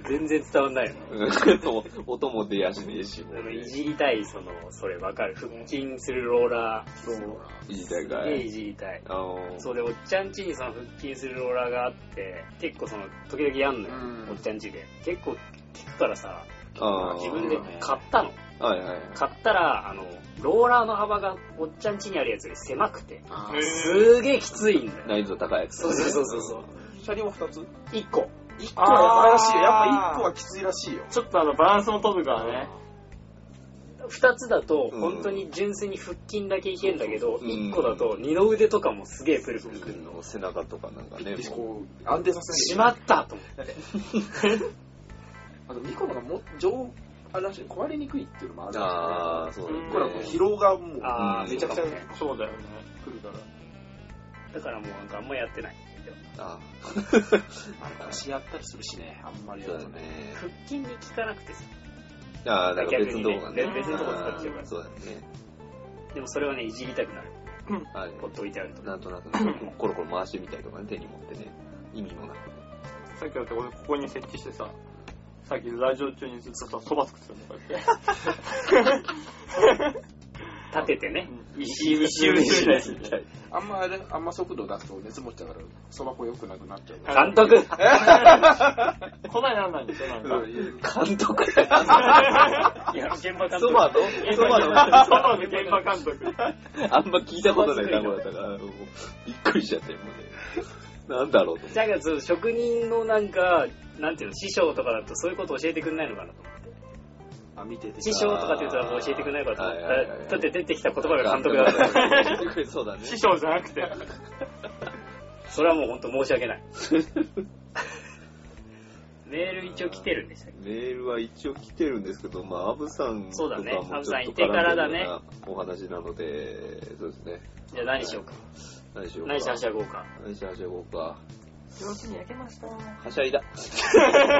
全然伝わんないの。
うん音も出やしねえし、も
あ
う
の、
ね
い。じりたい、その、それわかる。腹筋するローラー。
いじりたい
す
か
げえ
い。
いじりたい。
あの
そうで、おっちゃんちにその腹筋するローラーがあって、結構その、時々やんのよ、
うん
おっちゃんちで。結構聞くからさ、
あー
自分で買ったの。
はいはいはい。
買ったら、あの、ローラーの幅がおっちゃんちにあるやつより狭くて、
あ
え
ー
すーげえきついんだよ。
難易度高いやつ。
そうそうそうそうそう。
車両2つ
1個。
1個はやばいらしいよ。やっぱ1個はきついらしいよ。
ちょっとあの、バランスも取るからね。
2つだと、
うん
本当に純粋に腹筋だけいけんだけど、
そうそうそう
1個だと二の腕とかもすげえプルプルくるの。
の背中とかなんかね、も
こう、安定させ
し
るんだ
まったと思って。
けど。あと2個のがも、上、あれらしい。壊れにくいっていうのもあ
う
るら
あー、そうだね
しいね。1個だと疲労がもう、
あー
めちゃくちゃ
そう
来
だね
そうだよね。
るから。
だからもうなんかあんまやってない。
あ
あれ腰やったりするしね、あんまり
ー
や
そう
る
だ
とね。
ね。
腹筋に効かなくてさ。
ああ、なんか別の動画ね。
逆にね別のとこ使っちゃうから
あーそうだね。
でもそれはね、いじりたくなる。
はい。
ほっといてあると。
なんとなく ね、コロコロ回してみたりとかね、手に持ってね。意味もなく。
さっきだって俺ここに設置してさ、さっきラジオ中にずっとさ、そば作ってたんだよ、こうやって。
立ててね。
一周一周一周 一周みたい
あんまあれ、あんま速度出すと熱持っちゃうから、そば粉良くなくなっちゃうから。
監督
な。こないなんないんでしょ、なんか。
監督
いや、現場監督。
そばの
現
そ
場
ば
監
の
督
そばの現場監督。
あんま聞いたことない単語だっ たから、もうびっくりしちゃって、もうね。なんだろうと思って。
じゃあ、そう職人のなんか、なんていうの、師匠とかだとそういうこと教えてくんないのかなと思って。
あ、見てて。
師匠とかって言うとなんか教えてくんないのかと思っ
はいはいはいは
た
い
だって出てきた言葉が監督だから。
から。そうだね。
師匠じゃなくて。
それはもう本当申し訳ない。メール一応来てるんでしたっけ
メールは一応来てるんですけど、まあ、アブさんと
そう
か
だ
も
ねアブ
ち
さ
ょ
ん
っと
いてからだ
絡んで
ね
るようなお話なので、そうですね。
じゃあ何しようか。
何しようか。
何しはしゃごうか。
何しはしゃごうか。
上手に焼けました。
はしゃいだ。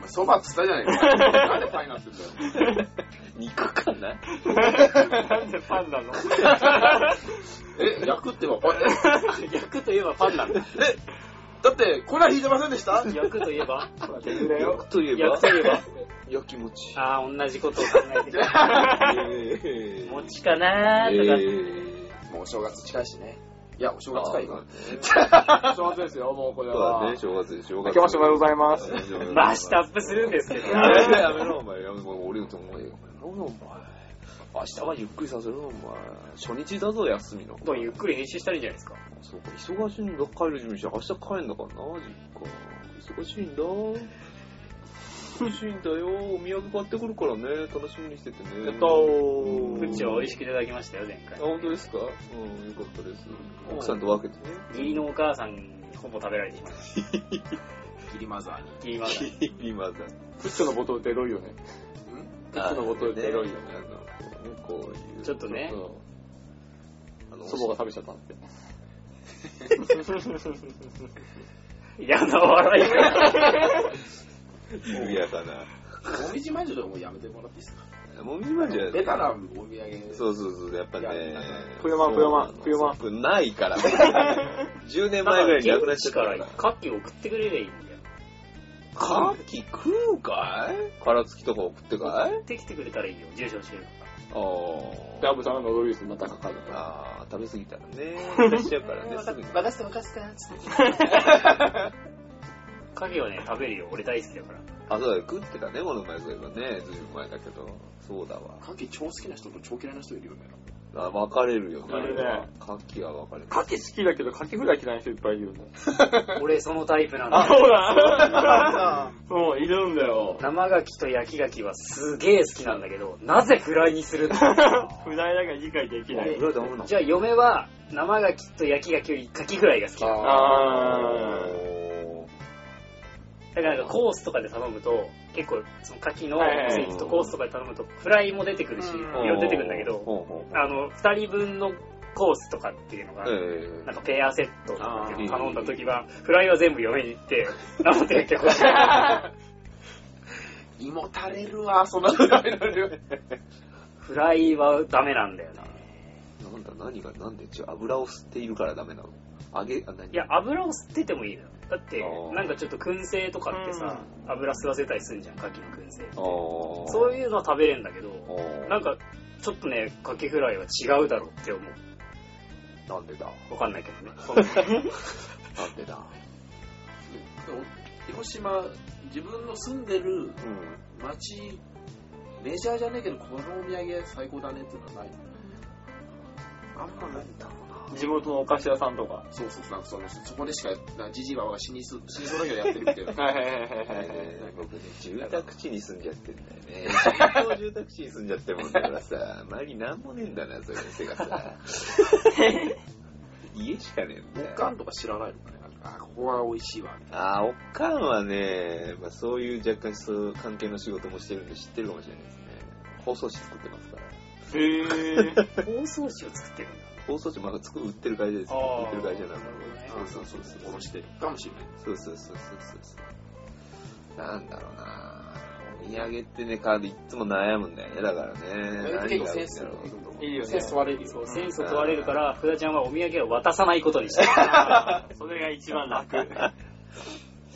お前そばっつったじゃないか。なんでパイナップルだよ。
肉かな
なんでパン なの
え、焼くってばパイナップル
焼くといえばパンなんだ。
だって、粉引いてませんでした
焼くといえば
逆だよ。
焼くといえ
焼
ば
くといえば
焼き餅。
ああ、同じことを考えてる。
えー
餅かなーとか。
え
もうお正月近いしね。いや、お正
ー
月近い
あ
よ。
ー
お正月ですよ、もうこれ
そうだ
は
ね、。正月で正月。
明けましておめでとうございま
あ
す。
ー正月
まあ、明日アップするんですけど。
やめろやめろ、お前。やめろ、俺のと思えよ。やめろよ、お前。明日はゆっくりさせろ、お前。初日だぞ、休みの。
どうゆっくり編集したらいいんじゃないですか。
そうか、忙しいんだ。帰る準備して、明日帰んだからな、実家。忙しいんだ。忙しいんだよ。お土産買ってくるからね。楽しみにしててね。
えっと
プッチを美味しくいただきましたよ、前
あ、
回。
本当ですかうん、よかったです。奥さんと分けてね。
義理のお母さんにほぼ食べられてしまいまし
キリマザーに。
た。義理マザー
今だ。
プッチョのボトルでロいよね。プッチョのボトルでロいよね。
あのこういう。
ちょっとね
あの、
祖母が食べちゃったって。
嫌な笑いが。
緩やかな。
もみじまんじゅうとかもうやめてもらっていいですか
もみじまんじゃない
ベタなお土産。
そうそうそう、やっぱね
いやなんか。
ぷよまんぷよまんぷよまん
ん。ない から。10年前ぐらいになくなっち
現地
ゃ った
か
から
ら。カキ送ってくれりゃいいんだよ。
カキ食うかい殻付きとか送ってかい
送ってきてくれたらいいよ、住所教えるか
あ
で、ア
ー
ブさんがノドリウイルスにまたかかるから。
あー、食べ過ぎたらね。 出しちゃうからね、すぐに。
私と昔から、つって。
ら。カキはね、食べるよ、俺大好きだから。
あ、そうだよ、食ってたね、この前、そういえばね。ずいぶん前だけど。そうだわ。
カキ超好きな人と超嫌いな人いるよね。
あ分かれるよね
分かれるね。
カキは分かれる。
カキ好きだけど、カキフライ嫌いな人いっぱいいるよね。
俺そのタイプなんだ
あ、そう だそう、いるんだよ。
生ガキと焼きガキはすげえ好きなんだけど、なぜフライにするの
不在だから理解できない。
裏ダメなの
じゃあ嫁は生ガキと焼きガキよりカキフライが好きなの。
あー。
おー
だからなんかコースとかで頼むと、結構そのカキの
はいはいはい
スイーツとコースとかで頼むと、フライも出てくるし、
うん
いろいろ出てくるんだけど、
ほうほうほう
あの、二人分のコースとかっていうのが、
え
なんかペアセットとかっていうのを頼んだ時は、フライは全部嫁に行って、生で結構
胃もたれるわ、そんなの食べられる。
フライはダメなんだよな。
えなんだ、何が、なんで、違う、油を吸っているからダメなの。揚げ、あ、何
いや、油を吸っててもいいのよ。だって
あー、
なんかちょっと燻製とかってさ、油吸わせたりすんじゃん、牡蠣の燻製。
あー
そういうのは食べれんだけど、
あー
なんか、ちょっとね、牡蠣フライは違うだろうって思う。
なんでだ、
わかんないけどね。
なんでだ。
広島、自分の住んでる
うん。
街、メジャーじゃねえけど、このお土産最高だねっていうのはない。あんまないんだろうな。
地元のお菓子屋さんとか。
そうそうそう、なんかそのそこでしか、なじじいは死にそう、死にそうだけどやってるみたい な。
はいはいはいはいはいはい。
えー僕ね、住宅地に住んじゃってんだよ ね。中東住宅地に住んじゃってるもんだからさ、周りなんもねえんだな、そういう店 がさ。家しかねえんだ
木
よ。
管とか知らないのかね。なんかあ、ここは美味しいわ。
あー、おっかんはね、まあ、そういう若干そう関係の仕事もしてるんで知ってるかもしれないですね。放送誌作ってますから。
へー。
包装紙を作ってるんだ。
放送誌まだ作売ってる会社ですよ。売ってる会社なの
あ
ー
そうそうそうそう。
おろしてるかもしれない。
そうそうそうそうそうそう。なんだろうなお土産ってね、カードいっつも悩むんだよね、だからね。
結構センスい
いいよね
セン。ス悪いよ。
そう、センスを問われるから、福田ちゃんはお土産を渡さないことにした。
それが一番楽。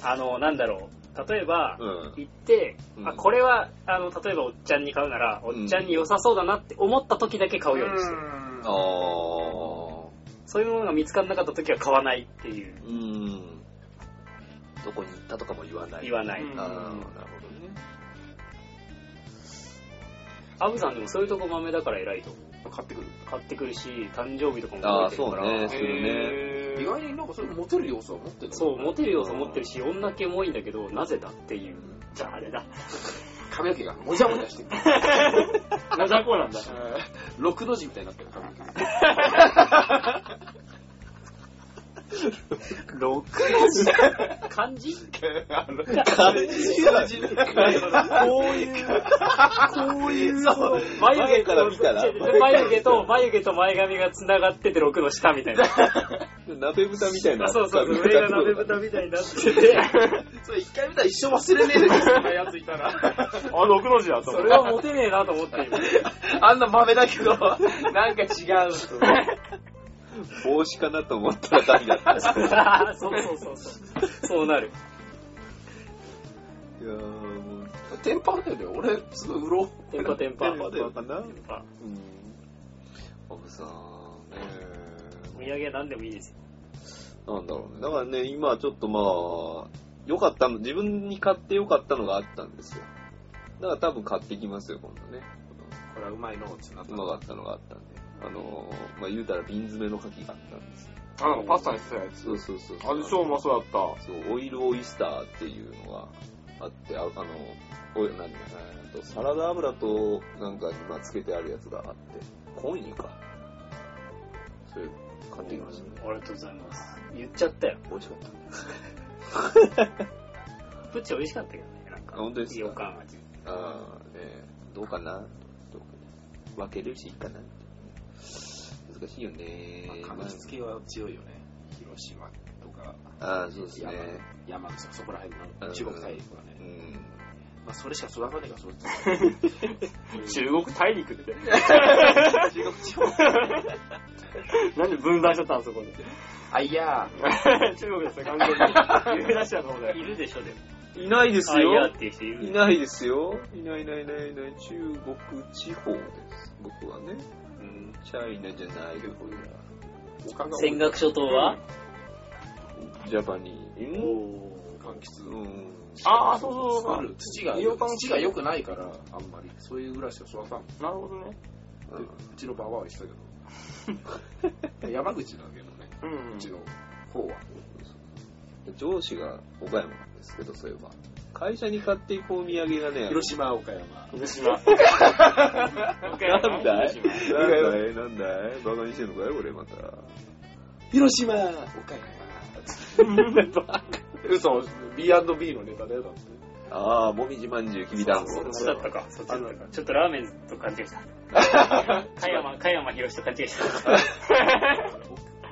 あの、なんだろう。例えば、
うん。
行って、
うん
あこれはあの例えばおっちゃんに買うならおっちゃんに良さそうだなって思った時だけ買うようにしてる、
あー。
そういうものが見つからなかった時は買わないっていう
うーん。どこに行ったとかも言わない。
言わない、
うん
あー、なるほどね。
アブさんでもそういうとこ豆だから偉いと思
買ってくる。
う買ってくるし誕生日とかも買
ああ、
ってく
そ
る
う
から
ね、するね。
へー
意外になんかそれモテる要素は持ってる。
そうモテる要素持ってるし女系も多いんだけどなぜだっていうじゃああれ だ
髪の毛がもじゃもじ ゃしてる。
なじゃこなんだ。
ロクの字みたいになってる髪の毛が。
漢字
感じる
こういう、こういう、眉毛から見たら眉毛と、眉毛と前髪が繋がってて6の下みたいな。
鍋豚みたいな。
あそうそう、
髪型
上が鍋豚みたいになってて、
それ一回見たら一生忘れねえでそんなやついたら。
あ、六の字だ
そ
と思
れはモテねえなと思って今
あんな豆だけど、なんか違うと。
帽子かなと思ったら髪だった。い や
そうそうそうそう。そうなる。
ー、もう、
テンパってんだよね。俺、すごいうろ
テンパテンパ。
テンパだよかな。うん
テンパ。。
おぶさん、ね
お土産なんでもいいですよ。
なんだろうね。だからね、今ちょっとまあ、良かったの、自分に買って良かったのがあったんですよ。だから多分買ってきますよ、今度ね。
これはうまいの、つな
うまかったのがあったんで。あのー、まあ言うたら瓶詰めの牡蠣があったんですよ。
あ、なんかパスタにしてたやつ。
そうそうそう。
あれ超うまそうだっ
そう、オイルオイスターっていうのがあって、ああの、お何えーとサラダ油となんかにまあつけてあるやつがあって、コンか。それ、買ってきましたね。
ありがとうございます。言っちゃったよ。
美味しかった。
プッチ美味しかったけどね。なんか、
あ本当ですか
洋館味。
あーねどうかなどうかな分けるしいいかな難しいよね
かみつけは強いよね。広島とか、
ああ、そうですね。
山口とかそこら辺
う
の
ん
中国大陸は
う
ね。
ん。
まあ、それしか育たねえから、それ。
た。中国大陸って。
中国地方。
なんで分断しちゃったんそこに。
あ、いや
中国ですね、完全に。有名だしだと思うね
い。るでしょ、でも。
いないで
あ、いやっていう人いる
いないですよ。いないいないいないいない。中国地方です。僕はね。うん、チャイナじゃないよ、これら。
ー、おかが
尖閣諸島は
ジャパニ
お
ー。
お
柑橘
うん。
あー、そうそうそう
ある土が、土が良くないから、あんまり。そういうぐらいしか育たん。
なるほどね。
う
うんうちのばばは言ってた けど。山口なんだけどね、
うん
うちの方は。
上司が岡山なんですけど、そういえば。会社に買っていくお土産がね、
広島、岡山。
広島。
なんだい
広島
なんだいなんだいバカにしてんのかい俺また。
広島、岡山。嘘、B&B のネタだよ、だって。
ああ、もみじまんじゅう、きびだんご。
そっちだったか。そっちだったか。ちょっとラーメンと勘違いした。加山、岡山博士と勘違いした。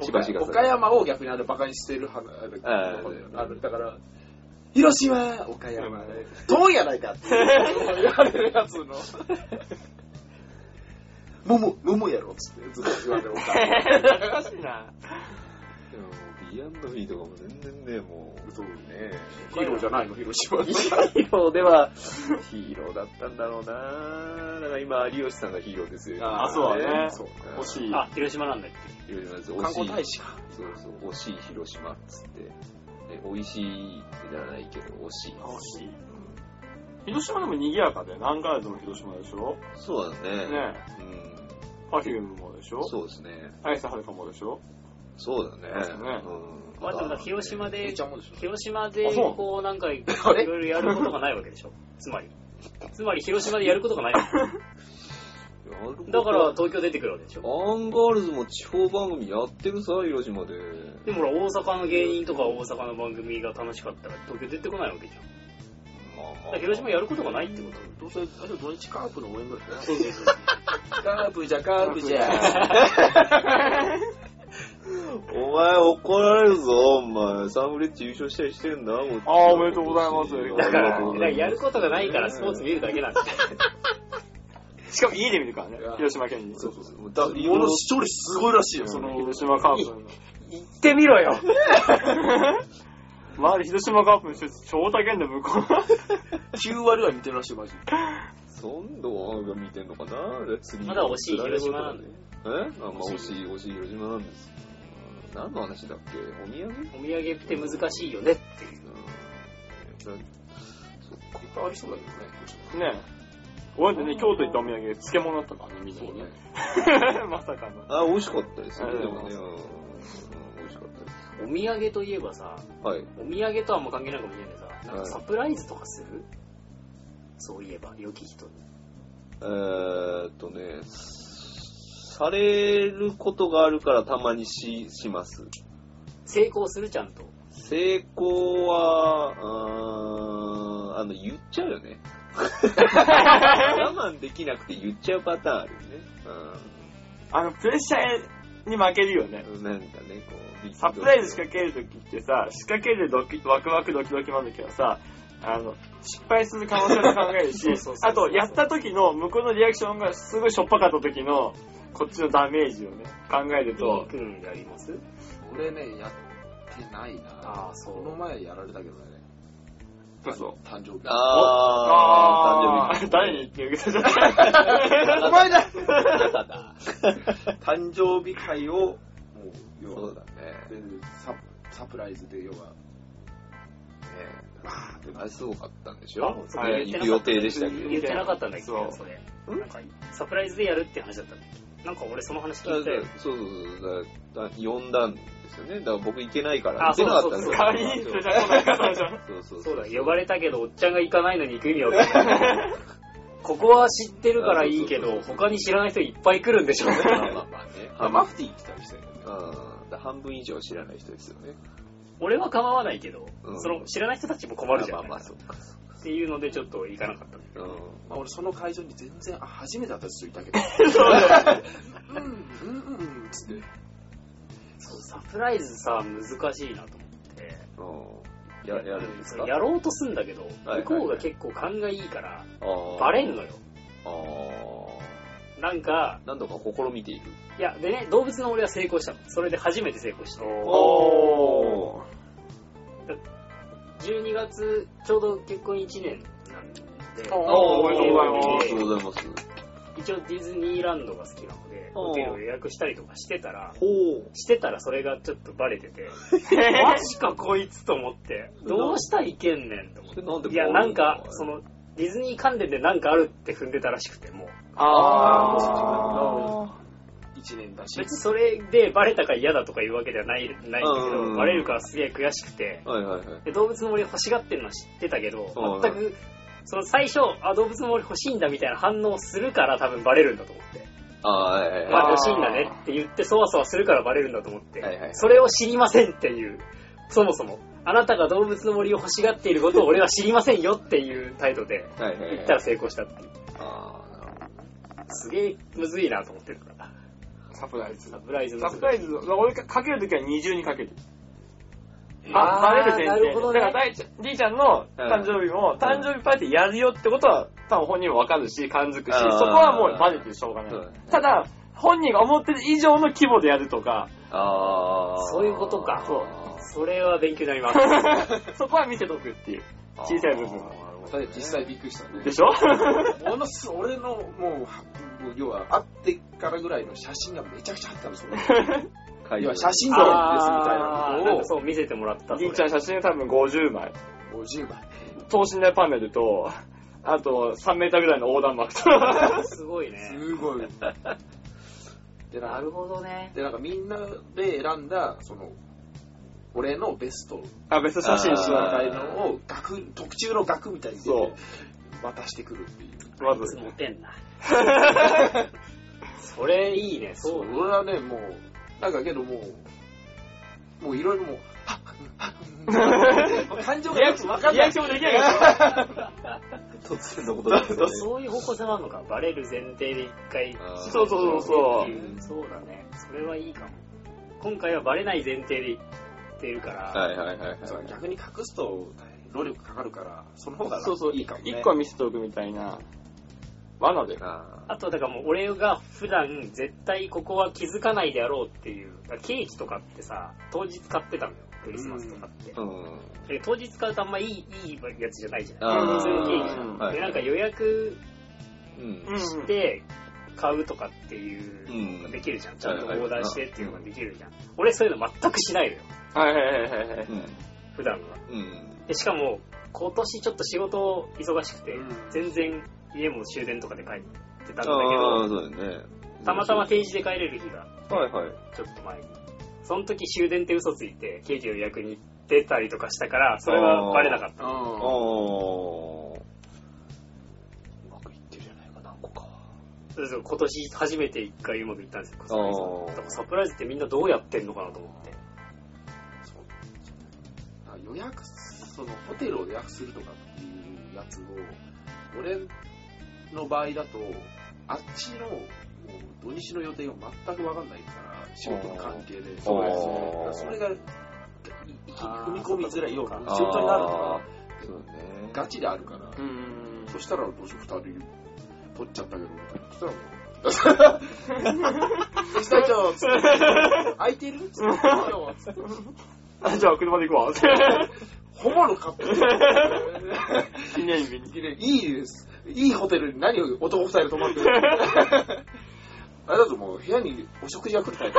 千葉市が
岡山を逆にあのバカにしてるはある
あ
あるだから、広島、岡山、遠いやないかって言われるやつ の。桃、桃やろっつってずっと言われる岡山。
難しいな。
でももう B&B とかも全然ね、もう、
そう
ね
ヒーローじゃないの、広 島。
ヒーローでは、ヒーローだったんだろうなだから今、有吉さんがヒーローですよ。
あ
あ、そうだね。
そう
欲し い。
あ、広島なんだっ
有吉さんです。
観
惜し
光
い
大使か。
そうそう、惜しい広島っつって。え美味しいじゃないけど、惜しい。
しい。広島でも賑やかで、何回でも広島でしょ
そうだね。
ね
うん。
パフュームもでしょ
そうですね。
アイスはるかもでしょ
そうだね。
そうだね
うん
け。まあでも広島で
姉ちゃんもでしょ。
広島で
あそう
こうなんかい
あれ
ろいろやることがないわけでしょつまりつまり広島でやることがない
やること
だから東京出てくるわけでしょ
アンガールズも地方番組やってるさ、広島で。
でもほら大阪の芸人とか大阪の番組が楽しかったら東京出てこないわけじゃんだ
まあま
から広島やることがないってこと
どうせ、あれ、土日カープの応援ぐらいだな
そうそうそう
カープじゃ、カープじゃ。
お前怒られるぞ、お前。サンフレッチェ優勝したりしてるんだ、もう。
あーおめでとうございます
あ
だ
り
か
が
ら
と
だか
うござ
ら
います
やることがないからスポーツ見るだけなんですよ
しかも家で見るからね
うわ、
広島県に。
そうそうそう。だ
もの視聴率すごいらしいよ、その。
広島カープの。
行ってみろよ
周り広島カープの人たち、超大変だ、向こう。
9割は似てるらしい、マジで。
そんどが見てんのかなで次
まだ惜しい広島なんだ
えあまあ惜しい、惜しい広島なんです。うん何の話だっけお土産
お土産って難しいよね
うんそっか
いっぱいありそうだけどね。
ね俺ってね、京都行ったお土産、漬物だったからね、みんなもね。 まさかの。
あ、美味しかったですよね。
あり
で
がと
も
うご
ね、
ざい
うんうん美味しかったです。
お土産といえばさ
はい。
お土産とはあんま関係ないかもしれないけどさなん
は
か
い
サプライズとかするそういえば良き人に
えーっとね、されることがあるからたまにし、します。
成功するちゃんと
成功は、うーん、あの、言っちゃうよ ね。我慢できなくて言っちゃうパターンあるよね。
あの、プレッシャーに負けるよね。
うん。なんかね、こう、び
サプライズ仕掛けるときってさ、仕掛けるドキ、ワクワクドキドキなんだけどさ、あの、失敗する可能性も考える し
そうそうそう、そう
あと、やったときの、向こうのリアクションがすごいしょっぱかったときの、こっちのダメージをね、考えると、
くんやります
俺ね、やってないな。
ああそ
この
う
前やられたけどね。
嘘。
誕生日。
あー、誕生日。
誰に言 ってるけど、
お前だ誕生日会を、もう、要
そ
は
う、だね。
全然ササプライズで、要は、
ねでもあれすごかったんでしょ
あ
ね行く予定でしたけど。
言ってなかったんだっけ
そ
ど
う
それなんかサプライズでやるって話だったんだっけなんか俺その話聞いたよ
そうそうそうだだ呼んだんですよね。だから僕行けないから。
あ
行けなかったんです
そうだ
よ。
代わりに、それじゃ来なかったじゃん。
そうそう
そうだ呼ばれたけどおっちゃんが行かないのに行く意味わかんない ここは知ってるからいいけ
あそう
ど
そうそう
他に知らない人いっぱい来るんで しょうね
まあまあまあね。
あマフティー来たりしたよね。
うんだから半分以上知らない人ですよね。
俺は構わないけど、
うん
その知らない人たちも困るじゃん、
まあまあ、そうか。そ
っていうのでちょっと行かなかったんだ
ううん。
まあ、俺その会場に全然あ初めて私といたけど。うん、うん、うん、つって。
そうサプライズさ難しいなと思って
うん。や、やるんですか
やろうとすんだけど、
はい
向こうが結構勘がいいから
あー
バレんのよ
あ
なんか
ー何度か試みている。
いやでね動物の俺は成功したのそれで初めて成功した
おー。
12月ちょうど結婚1年なんで
おーおめでとうござい
あ
ま
ー
す
おめでとうございます。
一応ディズニーランドが好きなのでホテルを予約したりとかしてたら
ほう。
してたらそれがちょっとバレて てマジかこいつと思ってどうしたらいけんねんと思って
それなんで
いや、
バ
な
レる
んか、そ、の、ディズニー関連でなんかあるって踏んでたらしくて、もう。
あ
あ
1年だし。
別にそれでバレたから嫌だとかいうわけではない、ないんだけ
うんうん
ど、バレるからすげえ悔しくて、
はいはいはい。
で動物の森欲しがってるのは知ってたけ
う
ど
ん、
全く、その最初、あ、動物の森欲しいんだみたいな反応するから多分バレるんだと思って。
ああ、はいはいはい。
あ、欲しいんだねって言って、そわそわするからバレるんだと思って、
はいはい
それを知りませんっていう、そもそも。あなたが動物の森を欲しがっていることを俺は知りませんよっていう態度で、
はいはいはい
言ったら成功したっていう。
ああ、なるほど。
すげえむずいなと思ってるから。
サプライズ
サ。プライズ
サ
の
プライズ、俺がかけるときは二重にかける。
あ
あ、バレる
な
前
る
提
ほど
で。
ね
だから大ちゃん、D ちゃんの誕生日も、誕生日パーティーやるよってことは、多分本人もわかるし、感づくし、そ
あー
こはもうバレてしょうがな
そう
い
だね。
ただ、本人が思ってる以上の規模でやると か、
あー。
そういうことか
そう
それは勉強になります。
そこは見せとくっていう。小さい部分は
だって実際びっくりしたね
で。しょ
ものす俺のもうは、もう要は会ってからぐらいの写真がめちゃくちゃあったんですよ。
会
要
場
は写真撮るんですみたい
あー
な
なん
の
かそう見せてもらった。
D ちゃん写真多分50枚。
を50枚。
等身大パネルと、あと3メーターぐらいの横断幕と。
すごいね。
すごい。で、
な
なん
る
か
ほどね。
でなんかみんなで選んだ、その、俺のベスト
あ、別写真し
み
よ
たいのを額、特注の額みたいに
う。そう。
渡してくるっていう。
ま
いつ
ず。
モテんな。それいいね、そうね。
俺はね、もう、なんかけどもう、もういろいろもう、はっ、はっ、感情がよくわかん
リ
な
ア
い
ク。ションもできないから。
突然のことですよね。
そういう方向性もあるのか。バレる前提で一回。
あー
そうそうそうそう。
そうだね。それはいいかも。今回はバレない前提で言ってるから。
はいはいはいはい。
そう逆に隠すと、労力かかるから、その方が
そうそう、
いいかもね。
一個は見せておくみたいな。罠で。
あ
あとだからもう俺が普段絶対ここは気づかないであろうっていう、だからケーキとかってさ、当日買ってたのよ、クリスマスとかって。
ーうん。
で当日買うとあんまいいいいやつじゃないじゃない
あー
普通のケーキじゃん、
はい
でなんか予約
うん。
し、
してて買うとかっていうの
う
が
ん
できるじゃん、ちゃんとオーダーしてっていうのができるじゃん、俺そういうの全くしないのよ
はいはいはいはいはい。
普段は
うん。
でしかも今年ちょっと仕事忙しくて、
うん
全然家も終電とかで帰ってたんだけ
ああ、
ど
そうだよね。
たまたま定時で帰れる日が
はいはい。
ちょっと前に。その時終電って嘘ついて、ケーキの予約に出たりとかしたから、それはバレなかった。
あ
う
あ。うまくいってるじゃないか、何個かは。
そうそう今年初めて一回うまくいったんですよ、コスプレさん
あー
だからサプライズってみんなどうやってんのかなと思って。
んそうあ予約、そのホテルを予約するとかっていうやつを、俺の場合だと、あっちの、もう土日の予定が全くわかんないから、仕事の関係で。
そうです
だから
ね。
それが、い一気に踏み込みづらいよう
あ
な
ー
仕事になるから、
ら。そうだね。
ガチであるから、
うん。
そしたらどうしよう、二人取っちゃったけど、みたいな。そしたらもう、石隊長、つって空いてるつって、今日はつって
あ、じゃあ車で行くわ。
本物買って
記念日に。
いいです。いいホテルに何を男二人で泊 まってるあれだともう部屋にお食事が来るタイプ。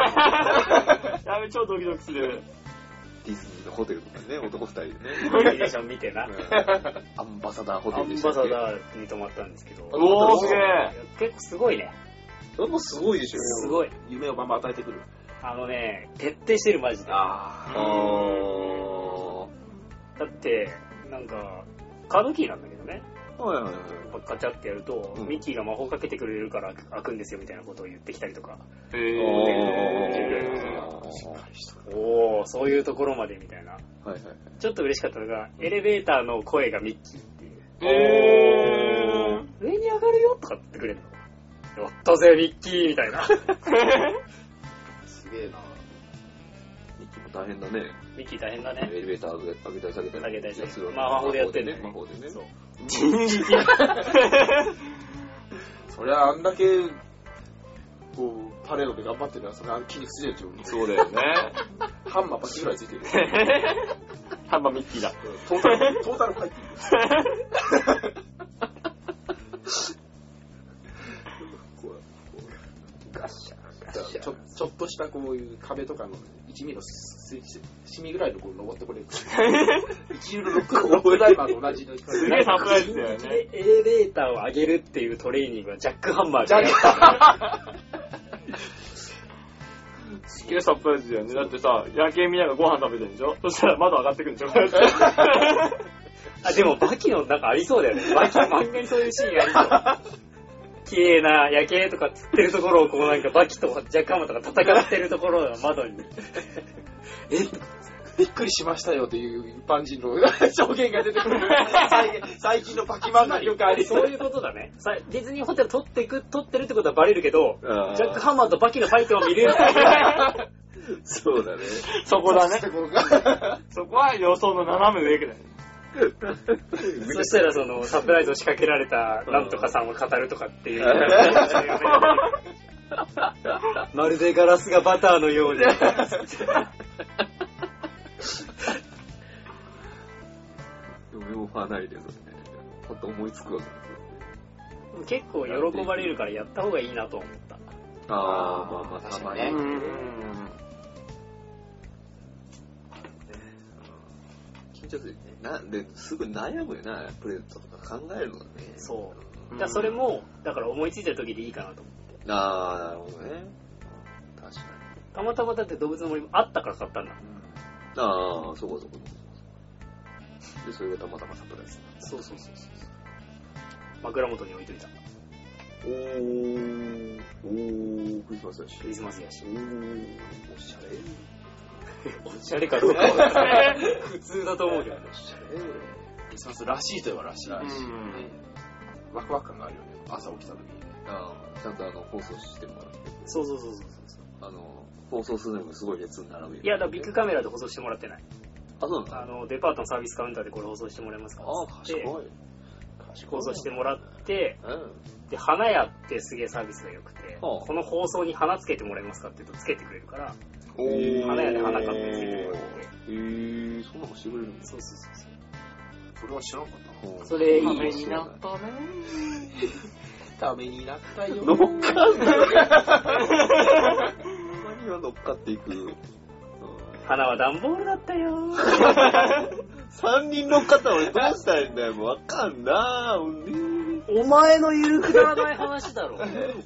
やべ、超ドキドキする。
ディズニーのホテルとかね、男二人でね。
コミュニケーション見てな。
アンバサダーホテ
ア
ル
ン
で
バ
した
サ
っけ
ダーに泊まったんですけど。
おー、すげえ。
結構すごいね。
それもすごいでしょ。
すごい。
夢をバンバン与えてくる。
あのね、徹底してるマジで。だ
あ
ああ。
って、なんか、カードキーなんだけどね。
はいはいはい。
ガチャってやると、
うん
ミッキーが魔法かけてくれるから開くんですよみたいなことを言ってきたりとか。
え
おー、そういうところまでみたいな。
はいはいはい。
ちょっと嬉しかったのが、エレベーターの声がミッキーっていう。
ー。え ー。
上に上がるよとかってくれるの。やったぜ、ミッキーみたいな。
あ、すげえな。
息も大変だね。
ミッキー大変だ
エ
ね。
レベーター上げたり下げたり。
上げたり下げたり
するわけ
まあ魔法でやってんね
魔法でね。
そう
人力。
そりゃあんだけ、こう、パレードで頑張ってるやつ、それあの筋肉すげえでしょ。
そうだよね。
ハンマーパチぐらいついてる。
ハンマーミッキーだ。
トータ ル、トータル入ってる。
ガッシャガッシ
ちょ
ャ。
ちょっとしたこういう壁とかの一味のすしシミぐらいのこう登ってこれる。一流のロックロックダイバーと同じの光
すげえサプライズだよ
人
ね。
力でエレベーターを上げるっていうトレーニングはジャックハンマーじゃん。
すげえサプライズだよね。だってさ、夜景見ながらご飯食べてるでしょそしたら窓上がってく るんでしょこうやって
あ、でもバキのなんかありそうだよ ね。バキ漫画にそういうシーンあ りそう。綺麗な夜景とかつってるところをこうなんかバキとジャックハンマーとか戦ってるところが窓に。え
びっくりしましたよという一般人の 証言が出てくる。最近最近のパキ漫画によくあり そ
そうういうことだね。さディズニーホテル撮ってく、撮ってるってことはバレるけど、ジ
あー
ャックハンマーとバキのファイトを見れる っていう。
そう だね。
そこだね。
ところが。
そこは予想の斜め上くらい。
そしたらその、サプライズを仕掛けられたなんとかさんを語るとかって いう。
まるでガラスがバターのようで。
嫁もファーないで、それね。ほんと思いつくわけですよ
結構喜ばれるからやった方がいいなと思った。
あー、まあまあ、たまに。
確
う
か
ん。
緊張するよね。な、で、すぐ悩むよな、プレゼントとか考えるのがね。
そう。だからそれも、だから思いついた時でいいかなと思って。
あー、なるほどね。確かに。
たまたまだって動物の森もあったから買ったんだもん。
ああ、そこそこそこそこ。で、それがたまたまサプライズ。
そうそうそうそう。枕元に置いといた。
おー、おー、クリスマスだし。
クリスマスやし
お。ー、おしゃれ。
おしゃれかどうかは 普通だと思うけどね。
おしゃれ。
クリスマスらしいといえばらしい。
う
ね
ん。
ワクワク感があるよね。朝起きた時に。
ああ、ちゃんとあの、放送してもらって。
そうそうそうそうそう。
あの、放送するのにもすごい列に並ぶよ。
いや、だからビッグカメラで放送してもらってない。
あ、そうなん
あ
だ。
の、デパートのサービスカウンターでこれ放送してもらえますか
ああ、
っ
賢
て
い。賢い。
放送してもらって、
うん。
で、花屋ってすげえサービスが良くて、
はあ
この放送に花つけてもらえますかって言うとつけてくれるから、
おー
花屋で花買ってつけてもらって。
えー、そんなもしてくれるんです
そうそうそうそう。
それは知らなかった
か
それいい
ため
ね
になったね。
な。ためになったよ。
乗っかんない。何は乗っかっていく。うん
花は段ボールだったよ
三人乗っかったら俺どうしたいんだよ。もうわかんなぁ。
お前の言うくだらない話だろ。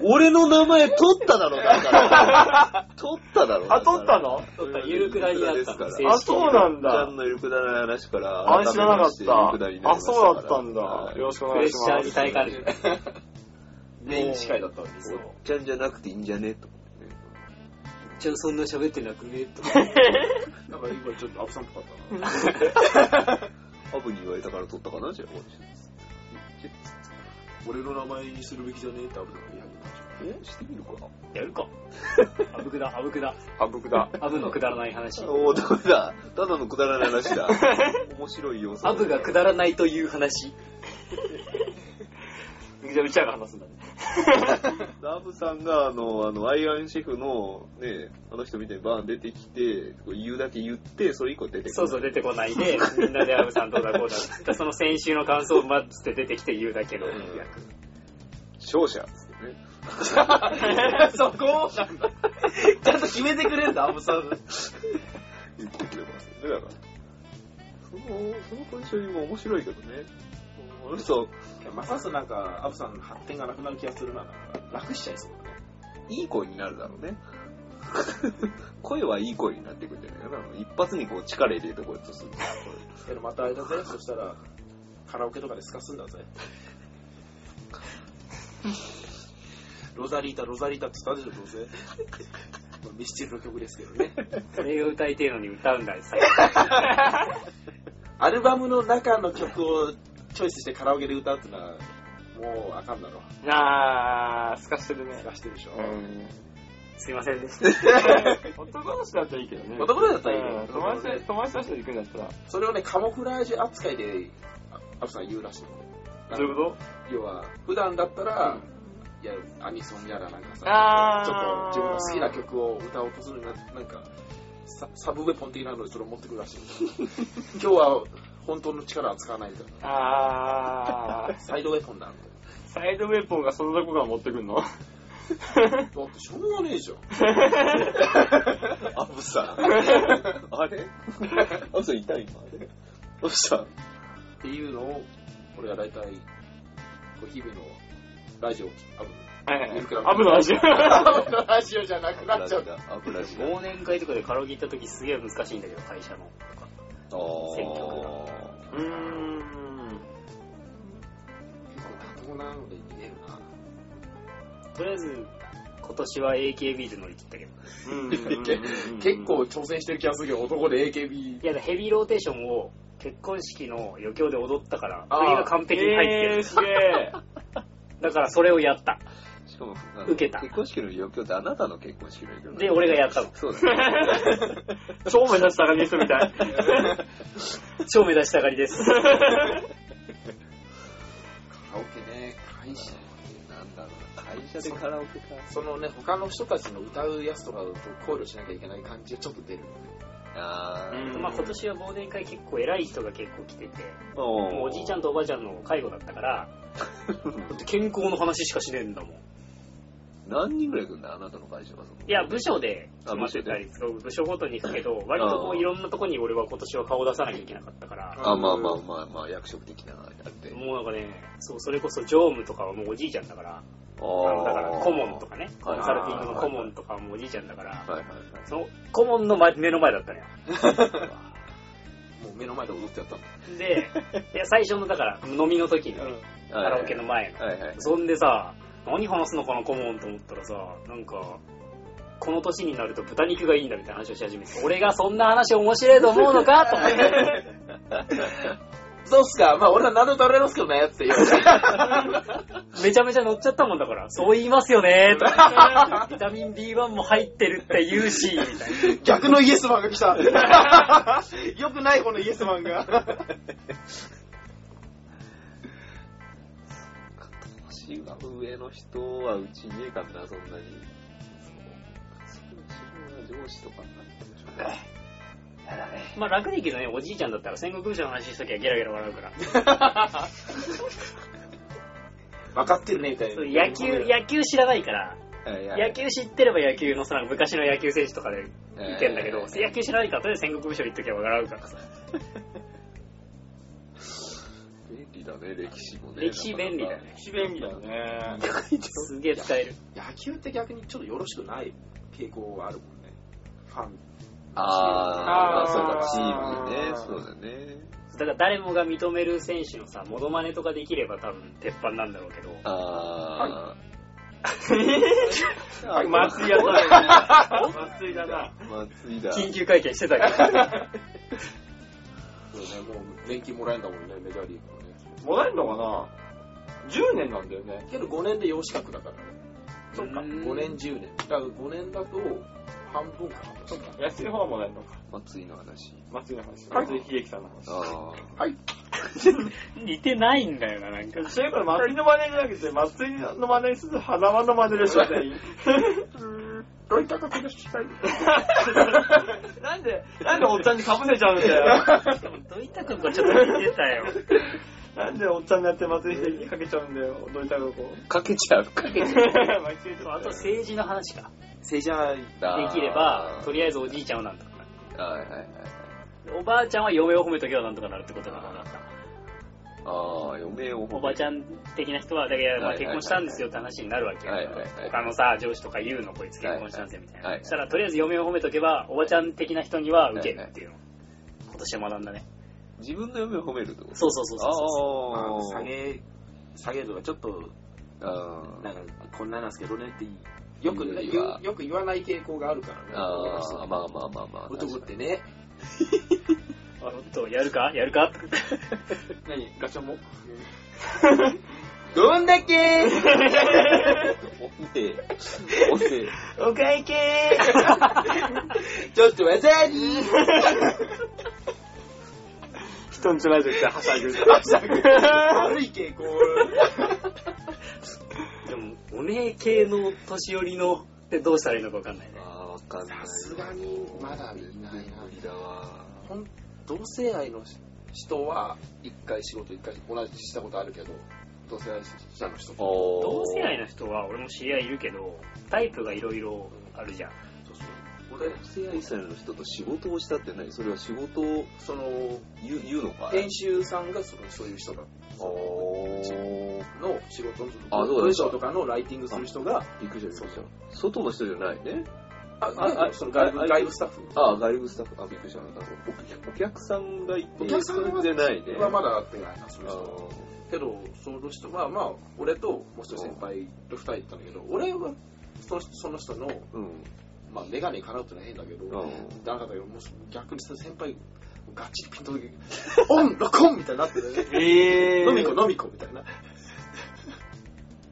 俺の名前取っただろ、だから。取っただろ。
あ、取ったの
取った ゆるくだりだったの
ですから
正式に
あ、そうなん
ちゃ
だ
ん。のゆるくだらない話から。
あれ知らな
改めま
か
してゆるくりに
っ
なりま
た。あ、
した
そうだったん
は
だ。
い
よろしくお
プ
願
レッ
いし
シャー
ま
に
す。
耐えかねて。
メイン司会だったのに。そう。
おっちゃんじゃなくていいんじゃねと思ってね。
ちょ、そんな喋ってなくねとか。
なんか今ちょっとアブさんっぽかったな。
アブに言われたから取ったかなじゃあ、こ
俺の名前にするべきじゃねえってアブさんが言い始めた
れ
でし
えしてみるか
やるか。あぶくだ、あぶくだ。
あ、僕だ。
アブのくだらない話。
おお、ダメだ。ただのくだらない話だ。 面白い要素。
アブがくだらないという話。
じゃあ、うちらが話すんだね。
ラブさんが、あの、あの、アイアンシェフの、ね、あの人みたいにバーン出てきて、こう言うだけ言って、それ以降出てくる。
そうそう、出てこない で、みんなでアブさんどうだこうだって言った。その先週の感想を待って出てきて言うだけの役。
勝者っつってね。
ょ。 そ こなんだ。ちゃんと決めてくれんだ、アブさん。
言ってくれますね。だから、その、そのポジショニングも面白いけどね。あの人、
ますますなんか、アブさんの発展がなくなる気がするな。なんか楽しちゃいそうだね。
いい声になるだろうね。 声はいい声になってくるんじゃないかな。あの一発にこう力入れてこうやってする。
けどまたあれだぜ、そしたら、カラオケとかでスカすんだ ぜ。ロザリータ、ロザリータって言ったでしょ、どうせ。まあミスチルの曲ですけどね。
それを歌いてえのに歌うんだよ、最
アルバムの中の曲をチョイスしてカラオケで歌うってのは、もうあかんだろ。
あー、すかしてるね
ス。カしてるでしょ。
うん。
すいませんでした。
男同士だったらいいけどね。
男同士だったらいいよ
うん友達で、友達として行くんだったら。
それをね、カモフラージュ扱いで、あアブさん言うらしいのね。
どういうこ
要は、普段だったら、いや、アニソンやらなんかさ、
あー
ちょっと自分の好きな曲を歌おうとするのにななんかサ、サブウェポン的なのでそれを持ってくるらしい。 今日は本当の力は使わないから、
とあー、
サイドウェポンだみたい
サイドウェポンがそのとこから持ってくんの
な。だってしょうがねえじゃん。
アブさ ん。あれアブさん痛い今。アブさん。
っていうのを、俺は大体、こう日々のラジオを聞く、
はい
いくら
アブの味。
あぶの ラジオじゃなくなっちゃう。
油地だ。
忘年会とかでカラオケ行った時すげえ難しいんだけど、会社の。
あ
選
ー。
うーん。
結構妥当なのでいけねえな。
とりあえず、今年は AKB で乗り切ったけど。
結構挑戦してる気がするけど、男で AKB
い。や、ヘビーローテーションを結婚式の余興で踊ったから、
あ
そ
ー
れが完璧に入って
えー、
る。
すげえ。
だからそれをやった。
しかも、あの
受けた
結婚式の余興ってあなたの結婚式の余興
で、俺がやったの。
そうですね。
超目立つ高木人みたい。
超目立ちたがりです。
カラオケね、会社。
なんだろうな、会社でカラオケか。
そのね、他の人たちの歌うやつとかと考慮しなきゃいけない感じがちょっと出る。
あー。
うん
まあ今年は忘年会結構偉い人が結構来てて、
お
もうおじいちゃんとおばあちゃんの介護だったから、だって健康の話しかしねえんだもん。
何人ぐらい来るんだあなたの会社はその。
いや、部署で決まってたり、そう部署ごとに行くけど、割とこ
あー
ういろんなとこに俺は今年は顔出さなきゃいけなかったから、
あ、まあまあまあまあ、役職的なあれあって。
もうなんかね、そう、それこそ常務とかはもうおじいちゃんだから、あのだから顧問とかね、コ
はい
ンサルティングの顧問とかはもうおじいちゃんだから、
はいはい
その顧問の前目の前だったのよ。
もう目の前で踊ってやったの。
で、いや最初のだから飲みの時のね、カ
はい。
ラオケの前の。
はいはい。
そんでさ、何話すのかな、顧問と思ったらさ、なんか、この年になると豚肉がいいんだみたいな話をし始め て、俺がそんな話面白いと思うのかと思って。
そうっすか、まあ俺は何でも食べれますけどね、って言われて。
めちゃめちゃ乗っちゃったもんだから、そう言いますよね とかビタミン B1 も入ってるって言うし、 みたいな。
逆のイエスマンが 来た。よくないこのイエスマンが。
年が上の人はうちねえかんな、そんなに。そう。それは上司とかになってるでしょうね。
まあ楽に生きるね、おじいちゃんだったら戦国武将の話しときゃゲラゲラ笑うから。
分かってるね、みたいな。
そう野球、野球知らないから、
いやいや
野球知ってれば野球のさ、昔の野球選手とかで
えー
いけんだけど、野球知らないから、とりあえず戦国武将行っときゃ笑うからさ。
便利だね、歴史もね。
歴史便利だよね。
一便利だよ ね。
すげえ使える。
野球って逆にちょっとよろしくない傾向があるもんね。ファン。
あー、
あー
そうか、チームにね、そうだね。
だから誰もが認める選手のさ、モノマネとかできれば多分鉄板なんだろう けど、
あー。
あ
あ
松井やな。松井だ な。
松井だ。
緊急会見してたけど、
そうね、もう年金もらえんだもんね、メジャーリーグもね。
もらえんのかな ?10 年なんだよね。
けど5年で養子格だからね。
そっか
5年、10年。だから5年だと半分か。
そうか。安い方はもらえんのか。
松井の話。
松井の話。
はい
松井秀樹さんの話。
あ
似てないんだよな、なんか。
それから松井の真似じゃなくて、松井の真似する花輪の真似でしょ、 全員。
ロイタカがしたい。
なんで、なんでおっちゃんにかぶせちゃうんだよ。
どいたくんがちょっと似てたよ。
なんでおっちゃんになって松井秀樹かけちゃうんだよ、どういったここ。
あ。かけちゃう、かけちゃう。
あと政治の話か。
正社員。
できれば、とりあえずおじいちゃんはなんとかなる。
あーはいはいはい。
おばあちゃんは嫁を褒めとけばなんとかなるってことだからさ。
ああ、嫁を。
おばちゃん的な人は、だけど、ま
は
あ
いはい
結
はい
婚したんですよって話になるわけよ
はいはいはい。
他のさ、上司とか言うの、こいつ結婚したんですよみたい
はいはい
な。そしたら、とりあえず嫁を褒めとけば、おばちゃん的な人には受けるっていうの。今年は学んだね。
自分の嫁を褒めるってこと
そうそうそうそうそう。
まあ
あ
下
あ
げ、下げるとかちょっと、
あ
なんかこんななんすけどねっていいよくね
言うよ
言
りは
うよく言わない傾向があるからね。
あー、まあまあまあまあ。
男ってね。
あ、ほんと、やる かやるか
何ガチャもどんだけ
おせえ。おせえ。
お会計
ちょっとわざり
人んちのラジオ来てはしゃぐ。
悪い 傾向。
でも、お姉系の年寄りのってどうしたらいいのかわかんないね
あ。あ、わかんない。
さすがにまだいないな
無理だわ。
ほん同性愛の人は一回仕事一回同じしたことあるけど同性愛者の人と
お
同性愛の人は、俺も知り合いいるけど、タイプがいろいろあるじゃん。
そうそう
同
俺
性愛者の人と仕事をしたって何それは仕事を
その
言う言うのか
編集さんがそのそういう人だ
おー。
の仕事の
あそうだ
文章とかのライティングする人が
びっくりした、びっくりした。外の人じゃないね。
あ
ああ
その外
ああ
部外部スタッフ
ああ、外部スタッフ。あ、びっくりした。なんかおお客さんがいて、
お客さんは
それでないね。
はまだ会ってないなその
あー
人けどその人はまあ俺ともう一人先輩と二人行ったんだけど俺はその人その人の、
うん。
まあ、眼鏡かなうってのは変だけど、
うん
だからだよ、もし逆に先輩、ガチピンと時、 オンロコンみたいになってるね。
え
飲み子飲み子みたいな。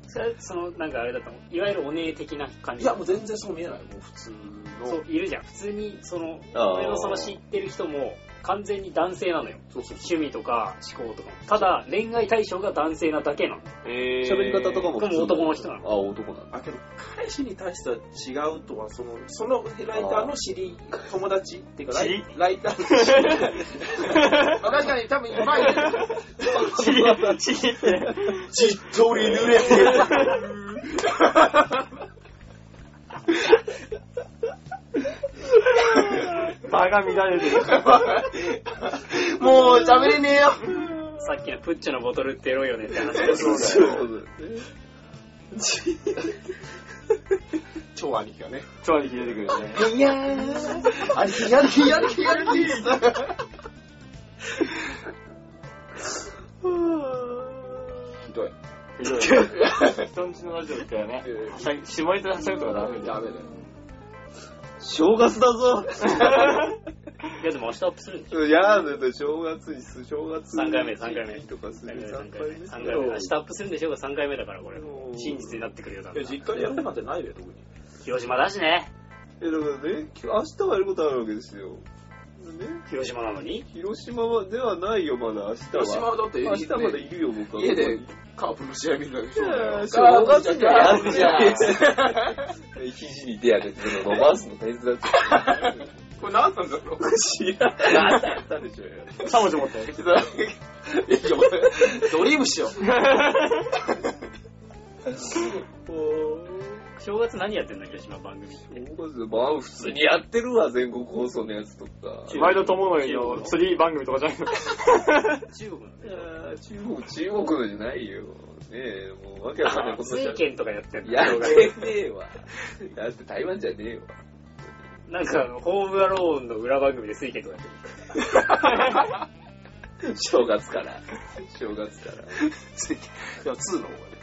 それはその、なんかあれだと思う。いわゆるお姉的な感
い
じ。
や、もう全然そう見えない。もう普通の。
そう、いるじゃん。普通に、その、
あー
俺のその知ってる人も、完全に男性なのよ。
そうそう
趣味とか思考とかも。ただ、恋愛対象が男性なだけなの。
えー
喋り方とかも普通
でも男の人な
あ、男なの。
あけど彼氏に対しては違うとはそのそのライターの知り友達っていうかライライターの知りまあ確かに多分うまいね
ちり、ちりって。
じっとり濡れてる
場が乱れて る。
もう喋れねえよ
さっきのプッチョのボトルってエロいよねって話。
そう
そう い
だ
うこ
よ
とだよね
超兄貴がね
ちょい切れてくるよね。
いやー兄貴やる気やる気やる気ひどい
ひどいね。人んちのラジオってね、はしゃぎ下ネタではしゃぐとかダメだ
ダ
よ。
メだよ
正月だぞ
いや、でも明日アップするんでし
いやだって正月にす、正月
三回目三回目
とかす
ょ。
る。
3回
3回
目。
目。
三回目。明日アップするんでしょうが3回目だから、これ。
うん
真実になってくるよ、だん
い
だ
や
ん
実家でやるなんてないで特に
広島だしね。
え、だからね、き明日はやることあるわけですよ。ね
広島なのに。
広島はではないよ、まだ明日は。
広島はだって
明日まだいるよ、僕は。
家でカープの試合見るだけでしょうがないよ
正月にやるじゃ
カープじ
ん。肘に手当ててその伸ばすの大切だって。
ゃんこれ何なんだろう
知らない。何だったんでしょうよ。
3文字持って。
いやいや俺ドリームしよう
正月何やってんの、広島番組って。
正月で、まあ普通にやってるわ、全国放送のやつとか。
毎度友のの釣り番組とかじゃないの。
中国なの
いやー中国、中国のじゃないよ。ねえ、もうわけわかんないこと
水
や
県とかやってんの
ってねえわ。だって台湾じゃねえわ。
なんか、ホームアローンの裏番組で水県とかやってる。
正月から。正月から。
いや2の方がね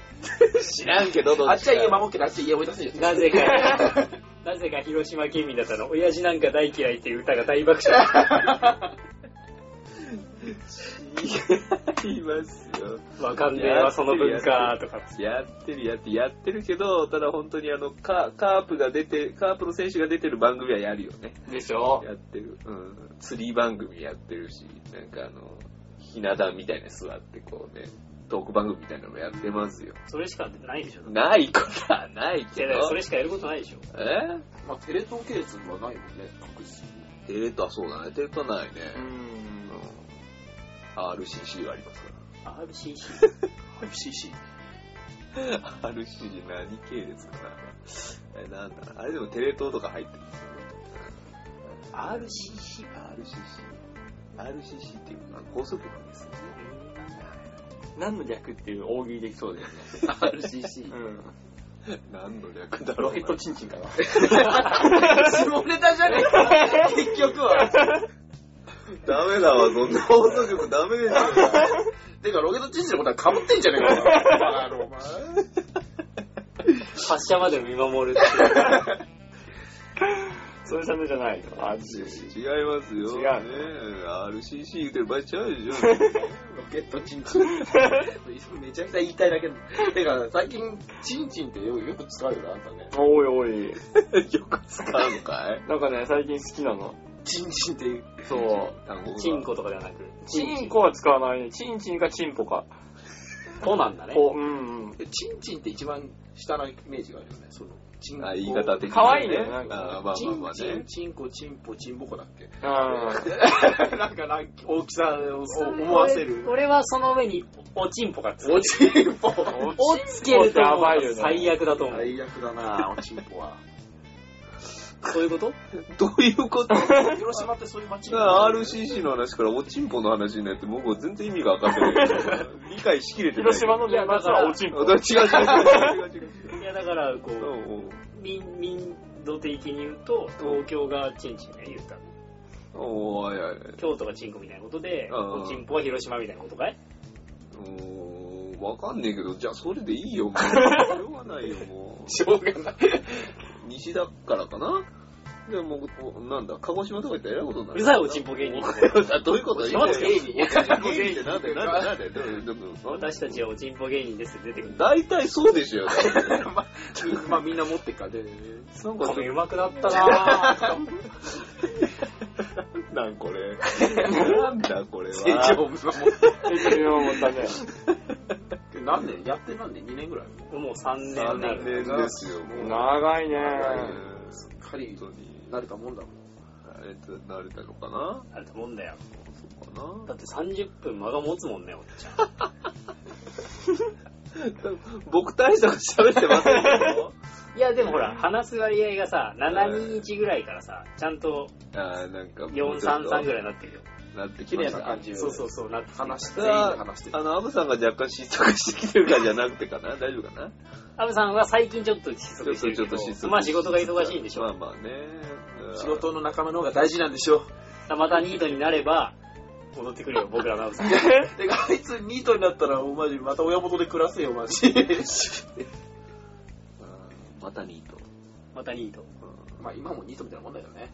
知らんけど、ど
あっちは家
今
守ってあっちは家追い出せんじゃん
なぜか、なぜか広島県民だったの、親父なんか大嫌いっていう歌が大爆笑。
いますよ。
わかんねえわ、その文化とか。
やってるやってやってるけど、ただ本当にあの、カカープが出て、カープの選手が出てる番組はやるよね。
でしょ。
やってる。うん。釣り番組やってるし、なんかあの、ひな壇みたいなの座ってこうね、トーク番組みたいなのもやってますよ。
それしかないでしょ。い
ないことはないけ
やだからそ
ど。
れしかやることないでしょ。
え
まあテレ東系列はないもんね確実に
テレ東はそうだね。テレ東はないね。
うーん。
RCC がありますか
RCC。
FCC
ら。RCC 何系列かな。え、なんだ。あれでもテレ東とか入ってるんですよね。
RCC?
RCC。RCC っていうのは高速局ですね。
何の略っていう大喜利できそうだよね。
RCC
うん。
何の略だろ
ロ
う
ケットチンチン かな。
下ネタじゃねえか結局は
ダメだわ、そんな放送局ダメでしょ。
てかロケットチンチンのことは被ってんじゃねえ かあのお前
発射まで見守るっていう。
そういうチャンネルじゃないよ。あ、違う
違いますよ。
違う
ねえ RCC 言うてる場合ちゃうでしょ。
ロケットチンチン。 めちゃくちゃ言いたいだけど。てか、最近、チンチンってよよく使うよね、あんたね。
おいおい。
よく使うのかい
なんかね、最近好きなの。
チンチンっていう。
そう。
単語が
チンコとかではなく、
チンコは使わないね。チンチンかチンポか。
コなんだね。
こう、うんうん。
でチンチンって一番下のイメージがあるよね。その、チンコ。
あ、言い方的に、
可愛いねなんか
あまあまあ
チン
まあ
チン、
ね。
チンコ、チンポ、チンボコだっけ
あ
なんかなんか大きさを思わせる。
俺はその上に、おちんぽがつ
お
く。
チンポ。
おつけると
やばいよね
最悪だと思う。
最悪だな、おチンポは。
そういうこと
どういうこと
広島ってそういう街
だから RCC の話からおちんぽの話になって僕は全然意味が分かってない。理解しきれてない。
広島のね、まずはおちんぽ。
だから違う違う違う違う違う違う。
いや、だから、こう、
おう
民、民度的に言うと、東京がチンチンね、言ったら。
おうおういやいや
京都がチンコみたいなことで、
うん
おチンポは広島みたいなことかい
おーわかんねえけど、じゃあそれでいいよ、もう。しょうがないよ、も
しょうがない。
う。西だからかなでも、こうなんだ、鹿児島とか行ったらえらいことにな
う
る。
るさいおちんぽ芸人。
あどういうこと
島津芸人
おちんぽ芸人ってなんで、なんで、なんで、どういうこと
私たちはおちんぽ芸人ですって出てくる。
大体そうでしょ。
まあ、 まあみんな持ってっからね。
なんか
これ上手くなったなぁ。
なんこれ。なんだこれ
成
は。
長を持って。
適当思ったね。
何年やって何年 ?2 年ぐらい
もう3年
残
になる。
念ですよ、もう。
長いね。
すっかり
本当に。
慣れたもんだもん。
慣れて慣れたのかな
あると思うんだよ。
そうかな
だって30分間が持つもんね、おっちゃん。
僕大したこと喋ってませんよ。
いや、でもほら、話す割合がさ、721ぐらいからさ、ちゃんと
あーなんか、
433ぐらいになってるよ。
なってき
綺
ま
麗
した
な感じを。
そうそうそう、なってきて
話して、
う
全員
わ
で話して
あ
る。
の、アブさんが若干失速してきてるからじゃなくてかな大丈夫かな
安部さんは最近ちょっと失
ち
速
ょっ
して
と、
る
ちょっと
け
失
ど、
速
まあ仕事が忙しいんでしょ。
まあまあね。
仕事の仲間の方が大事なんでし ょ。
またニートになれば、戻ってくるよ、僕らの安部さん。
てか、あいつニートになったら、お前また親元で暮らせよ、マ ジ。
うんまたニート。
またニート。
まあ今もニートみたいなもんだよね。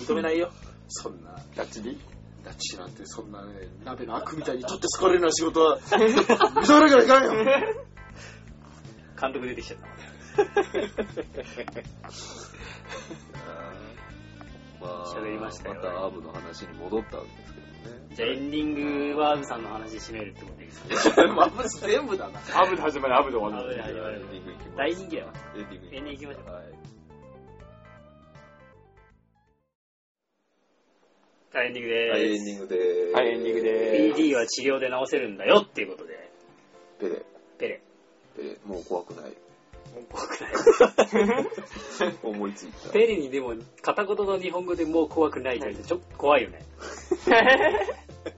認めないよ。そんな、
ガチリ
ダッチなんてそんなね、鍋のアクみたいに取って好かれるような仕事 は、認めなきゃいかんよ。
監督出てきちゃった。
まあ、
喋りましたよ
またアブの話に戻ったわけですけどね。
じゃあエンディングは安部さんの話で締めるってことでいいですか
マブス全部だな。
アブで始まり、アブで終わ る。
はいはいはい
エンディングいきます
大人気だよ。
エンディング
エンディングいきましょう
はい。
はいエンディング
はい、エ
で
ンディングでーす。
はいエンディングでー
す。BD は治療で治せるんだよっていうことで、
ペレ、
ペレ。
ペレ、もう怖く ない。
怖くない。
思いついた。
ペレにでも、片言の日本語でもう怖くない って言われてちょっと怖いよね。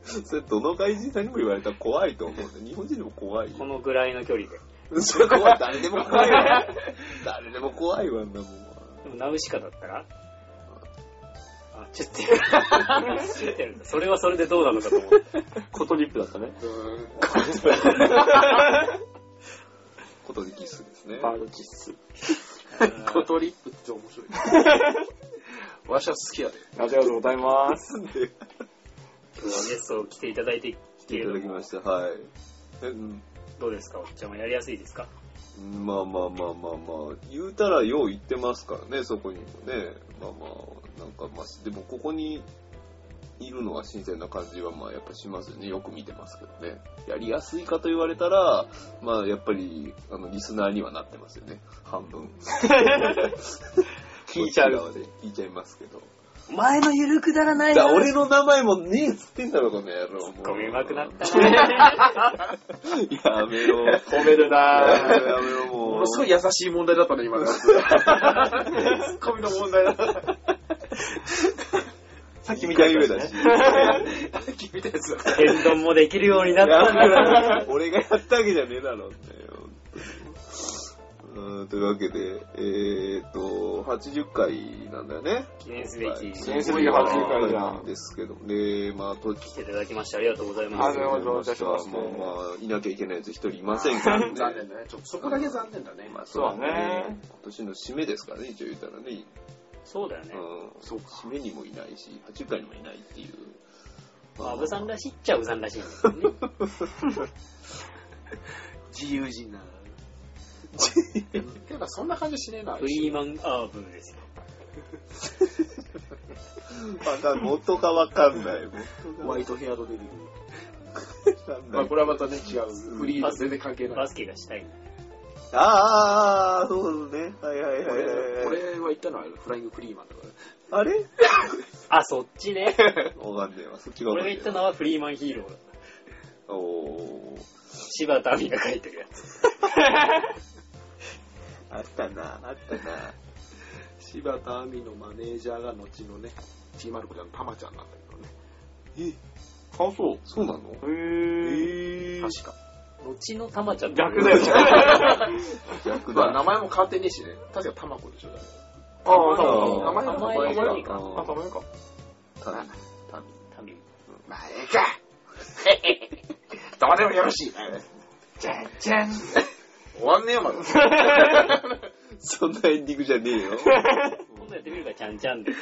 それ、どの外人さんにも言われたら怖いと思うんで、日本人でも怖い
こ
よ。
のぐらいの距離で。
それ怖い、誰でも怖いわ。誰でも怖いわ、あんなもんは。
でも、ナウシカだったらあ、ちょっと やる。ちょっとやるそれはそれでどうなのかと思って。
コトリップだったね。
ことでキスですね。
バードキッス。
コトリップって面白い。 わしは好きやで。
ありがとうございます。
今日はゲストを来ていただいてきて
い
る
た
の
だき
も
ました、はい。えうん
どうですかおっちゃんはやりやすいですか
まあまあまあまあまあ、言うたらよう言ってますからね、そこにもね。まあまあ、なんかまあ、でもここにいるのは新鮮な感じはまあやっぱしますよね。よく見てますけどね。やりやすいかと言われたら、まあやっぱり、あの、リスナーにはなってますよね。半分。聞いちゃう側で聞いちゃいますけど。
お前のゆるくだらない
だから俺の名前もねえっつってんだろ、この野郎。もう
ご めん、うまくなったな。
やめろ。や
褒めるな
め
ぁ。
ろ、もう。
ものすごい優しい問題だったね、今のやつ。ツッコミの問題だった。
さっき見た夢だし。
君みたいなやつだ。
天丼もできるようになったんだな。
俺がやったわけじゃねえだろうね。本当にうーんというわけで、えーっと、80回なんだよね。
記念すべき。
記念すべき80回じゃん
なんですけど、で、まあ、と
来ていただきましてありがとうござい
あ
ま
り
す
が。とうございました
まあまあ、いなきゃいけないやつ一人いませんからね。
残念だね。ちょっとそこだけ残念だね。
まあ、
そうだね。
今年の締めですからね、一応言ったらね。
そうだよね。
うん、そう締めにもいないし、80回にもいないっていう。
まあ、安部さんらしいっちゃ安部さんらしいんですよね。
自由人な。 てか、そんな感じしねえ な。
フリーマンアーブですよ。
また元がわかんない。元
ホ
が
ワ
わ
イトヘアドデビュー。
かん
ま
な
あ、
い
こ。れはまたね、違う。フリーは全然関係な
バ
い。
スケがしたい。
あーあー、あーそうね。はいはい
こ
はい
れ
はい。
俺は言ったのはフライングフリーマンだから。
あれ
あ、そっちね。
わかんねえわ。そっちがわ
俺が
かんね
言っ
え
た
わ。
のはフリーマンヒーローだ。
おー。
柴田亜美が書いてるやつ。
あったな、あったな。
柴田亜美のマネージャーが後のね、ちーまる子ちゃんのたまちゃんなんだけどね。
あ、そう。
そうなの
へぇ
確か。
後のたまちゃん って
逆だよ。
逆
まあ、
だ。
名前も変わってねえしね。確かたまこでしょ、だから
ああ、たま
あ
に。
名前の
名前
名
が
前
いいか。
あ、たまにか。
たみ
民
まあ、ええかどうでもよろしい
じゃんじゃん。
終わんねえよ、 まだ。
そんなエンディングじゃねえよ。
今度やってみるか、ちゃんちゃんで。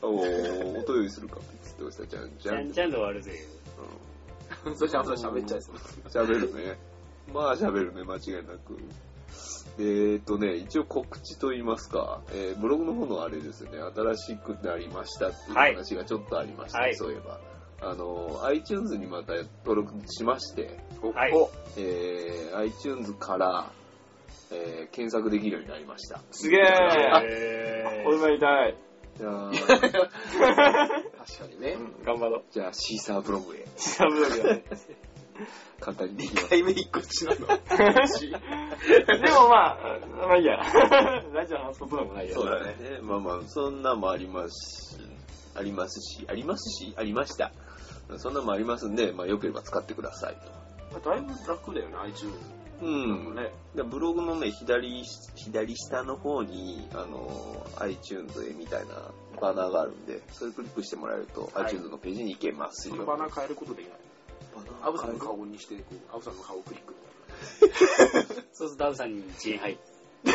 おー、音用意するか。つっておしたじゃんじ
ち
ゃ
ゃ
ん
ん。ちゃんで終わるぜ。
そして朝喋っちゃいそう。
喋るね。まあ喋るね、間違いなく。えーっとね、一応告知と言いますか、えーブログの方のあれですね、新しくなりましたっていう
はい
話がちょっとありました、
はい
そういえば。あの、iTunes にまた登録しまして、
はい。
えー iTunes から、えー検索できるようになり ました。
すげえ。
え
俺もやりたい。
じゃあ、う
確かにね。
ん
頑張ろう。
じゃあシーサーブログへ
シャブログだね
簡単にできま
1
す。
回目1個ちなの。
でもまあ、まあいいや。 ラジオ話すことでもないや。
そうだね。まあまあ、そんなもありますし、ありますし、ありますし、ありました。そんなもありますんで、まあ、よければ使ってください
だいぶ楽だよね、iTunes
と。うん。
ね。
でブログのね、左し、左下の方に、あの、iTunes へみたいなバナーがあるんで、それクリックしてもらえると、
はい
iTunes のページに行けます
そ
よ。
のバナー変えることできない。
バナー
アブさんの顔にして、こうアブさんの顔をクリック。
そうするとダウさんに1円入 って。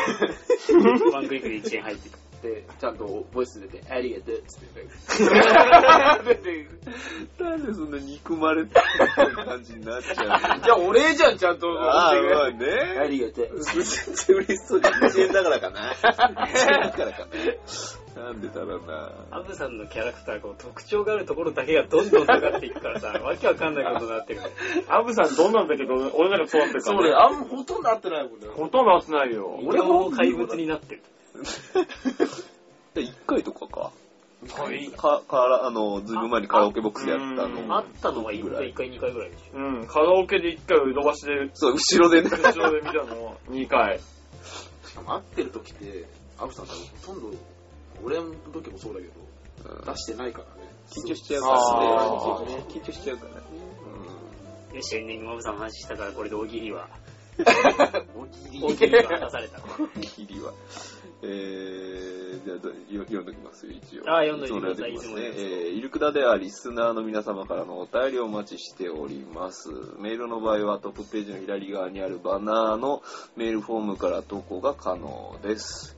ワンクリックで1円入って。
で、ちゃんとボイス出て、ありがとうっつって出て。出て
なんでそんな憎まれてる感じになっ ちゃう
じゃあお礼じゃん、ちゃんと。
のああ、ま
あ
あ ね。
りがとう。
全然嬉しそうじゃん。1円だからか な。1円だからかな。なんでだろう な。
アブさんのキャラクター、こう特徴があるところだけがどんどん下がっていくから さ、わけわかんないことになってる。
アブさんどうなんだけど、俺なんかそうなってるか
そ
ら
う
ね
ね、あんまほとんど合ってないもんね。
ほとんど合ってないよ。
俺も怪物になってる。
1回とかか。
はい。
か、から、あの、ずいぶん前にカラオケボックスやった
うん
あ
の
っ。たのは1回、1回、2回ぐらいでし
うん、カラオケで一回、ヨドバシで、
そう、後ろでね。
通常で見たのを2回。
しかも合ってる時って、アブさん多分ほとんど、俺の時もそうだけど、出してないからね。
緊張しちゃう
あ
から
ー
ね。緊張しちゃうからね。
ょ。よし、エンディングもアブさんの話したから、これで大喜利 は。
お
大
じ
喜
い
利が出さ れた。
うん。切りは。えー、じゃあ、どよ読んどきますよ、一応。
あー読んどいてください
いつもの
い
や
つ
つ
も
で
のや
きま
つ
すね。えー、イルクダではリスナーの皆様からのお便りをお待ちしております。メールの場合はトップページの左側にあるバナーのメールフォームから投稿が可能です。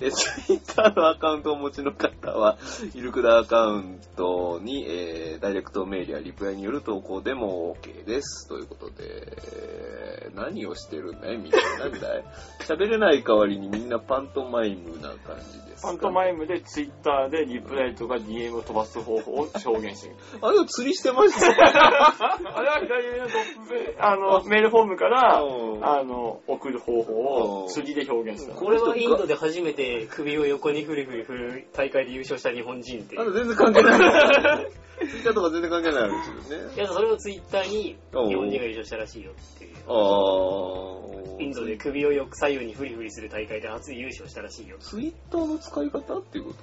え、ツイッターのアカウントをお持ちの方は、イルクダアカウントに、えー、ダイレクトメールやリプライによる投稿でも OK です。ということで、えー何をしてるんだいみんな。なんだい 喋れない代わりにみんなパントマイムな感じです。
パントマ
イ
イムで、ツイッターでリプライとか DM を飛ばす方法を表現してみる。
ム。あ、でも釣りしてましたね。
あれは左上のトップペあの、メールフォームから、
うん
あの、送る方法
う
を
ん
釣りで表現した。
これはインドで初めて首を横にふりふり振る大会で優勝した日本人ってい
あ
う
と。全然関係ない。ツイッターとか全然関係ない話ですよね。
いや、それをツイッターに
おう
日本人が優勝したらしいよっていう。
あー。
インドで首をよく左右にフリフリする大会で初優勝したらしいよ。
ツイッターの使い方っていうこと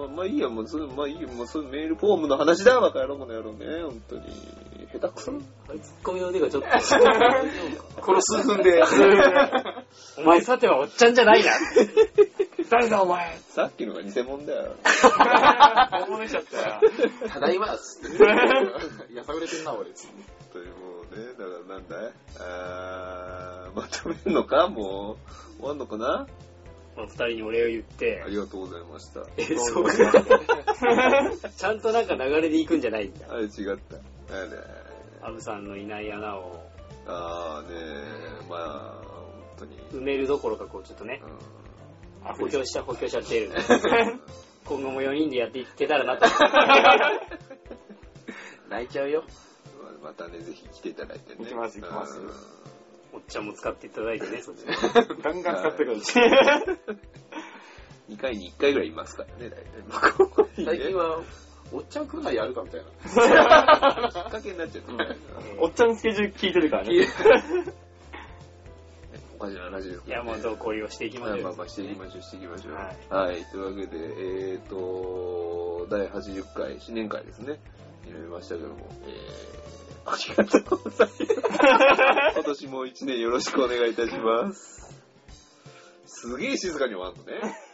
まあ、まあいいや、もうそれ、まあいいよ、もうそれメールフォームの話だ、バカ野郎この野郎ね、本当に。下手くそ。
あれツッコミの腕がちょっと。
この数分で。
お前さてはおっちゃんじゃない な。
誰だお前
さっきのが偽物だよ。
思いちゃったよ。
ただいまっつ って。いや、さぐれてんな、俺。つって
本当にもうね、だからなんだいあー、まとめるのかもう、終わんのかな
まあ二人にお礼を言って
あ。りがとうございました。
え、 そうか。ちゃんとなんか流れで行くんじゃないんだ。
あれ違った。あれ
アブさんのいない穴を
あーねー、まあ、本当に。
埋めるどころかこうちょっとね、補強した補強しちゃってるんで 今後も4人でやっていけたらなと。
泣いちゃうよ。
うん、またね、ぜひ来ていただいてね。
行きます行きます
うん
おっちゃんも使っていただいてね、そっちも
ガンガン使ってくるし。
2回に1回ぐらいいますからね、大体。ここにね
最近は、おっちゃんくんがやるかみたいな。
きっかけになっちゃってるからね
おっちゃんのスケジュール聞いてるからね。
おかしな話です
い
け
や、
どね
もうどう交流をしていきましょう。
まあまあしていきましょう、していきましょう。
は
はい、というわけで、えっ、ー、と、第80回、新年会ですね、いろいろましたけども、えー、あ りがとうございます。今年も1年よろしくお願いいたします。すげえ静かに終わるのね。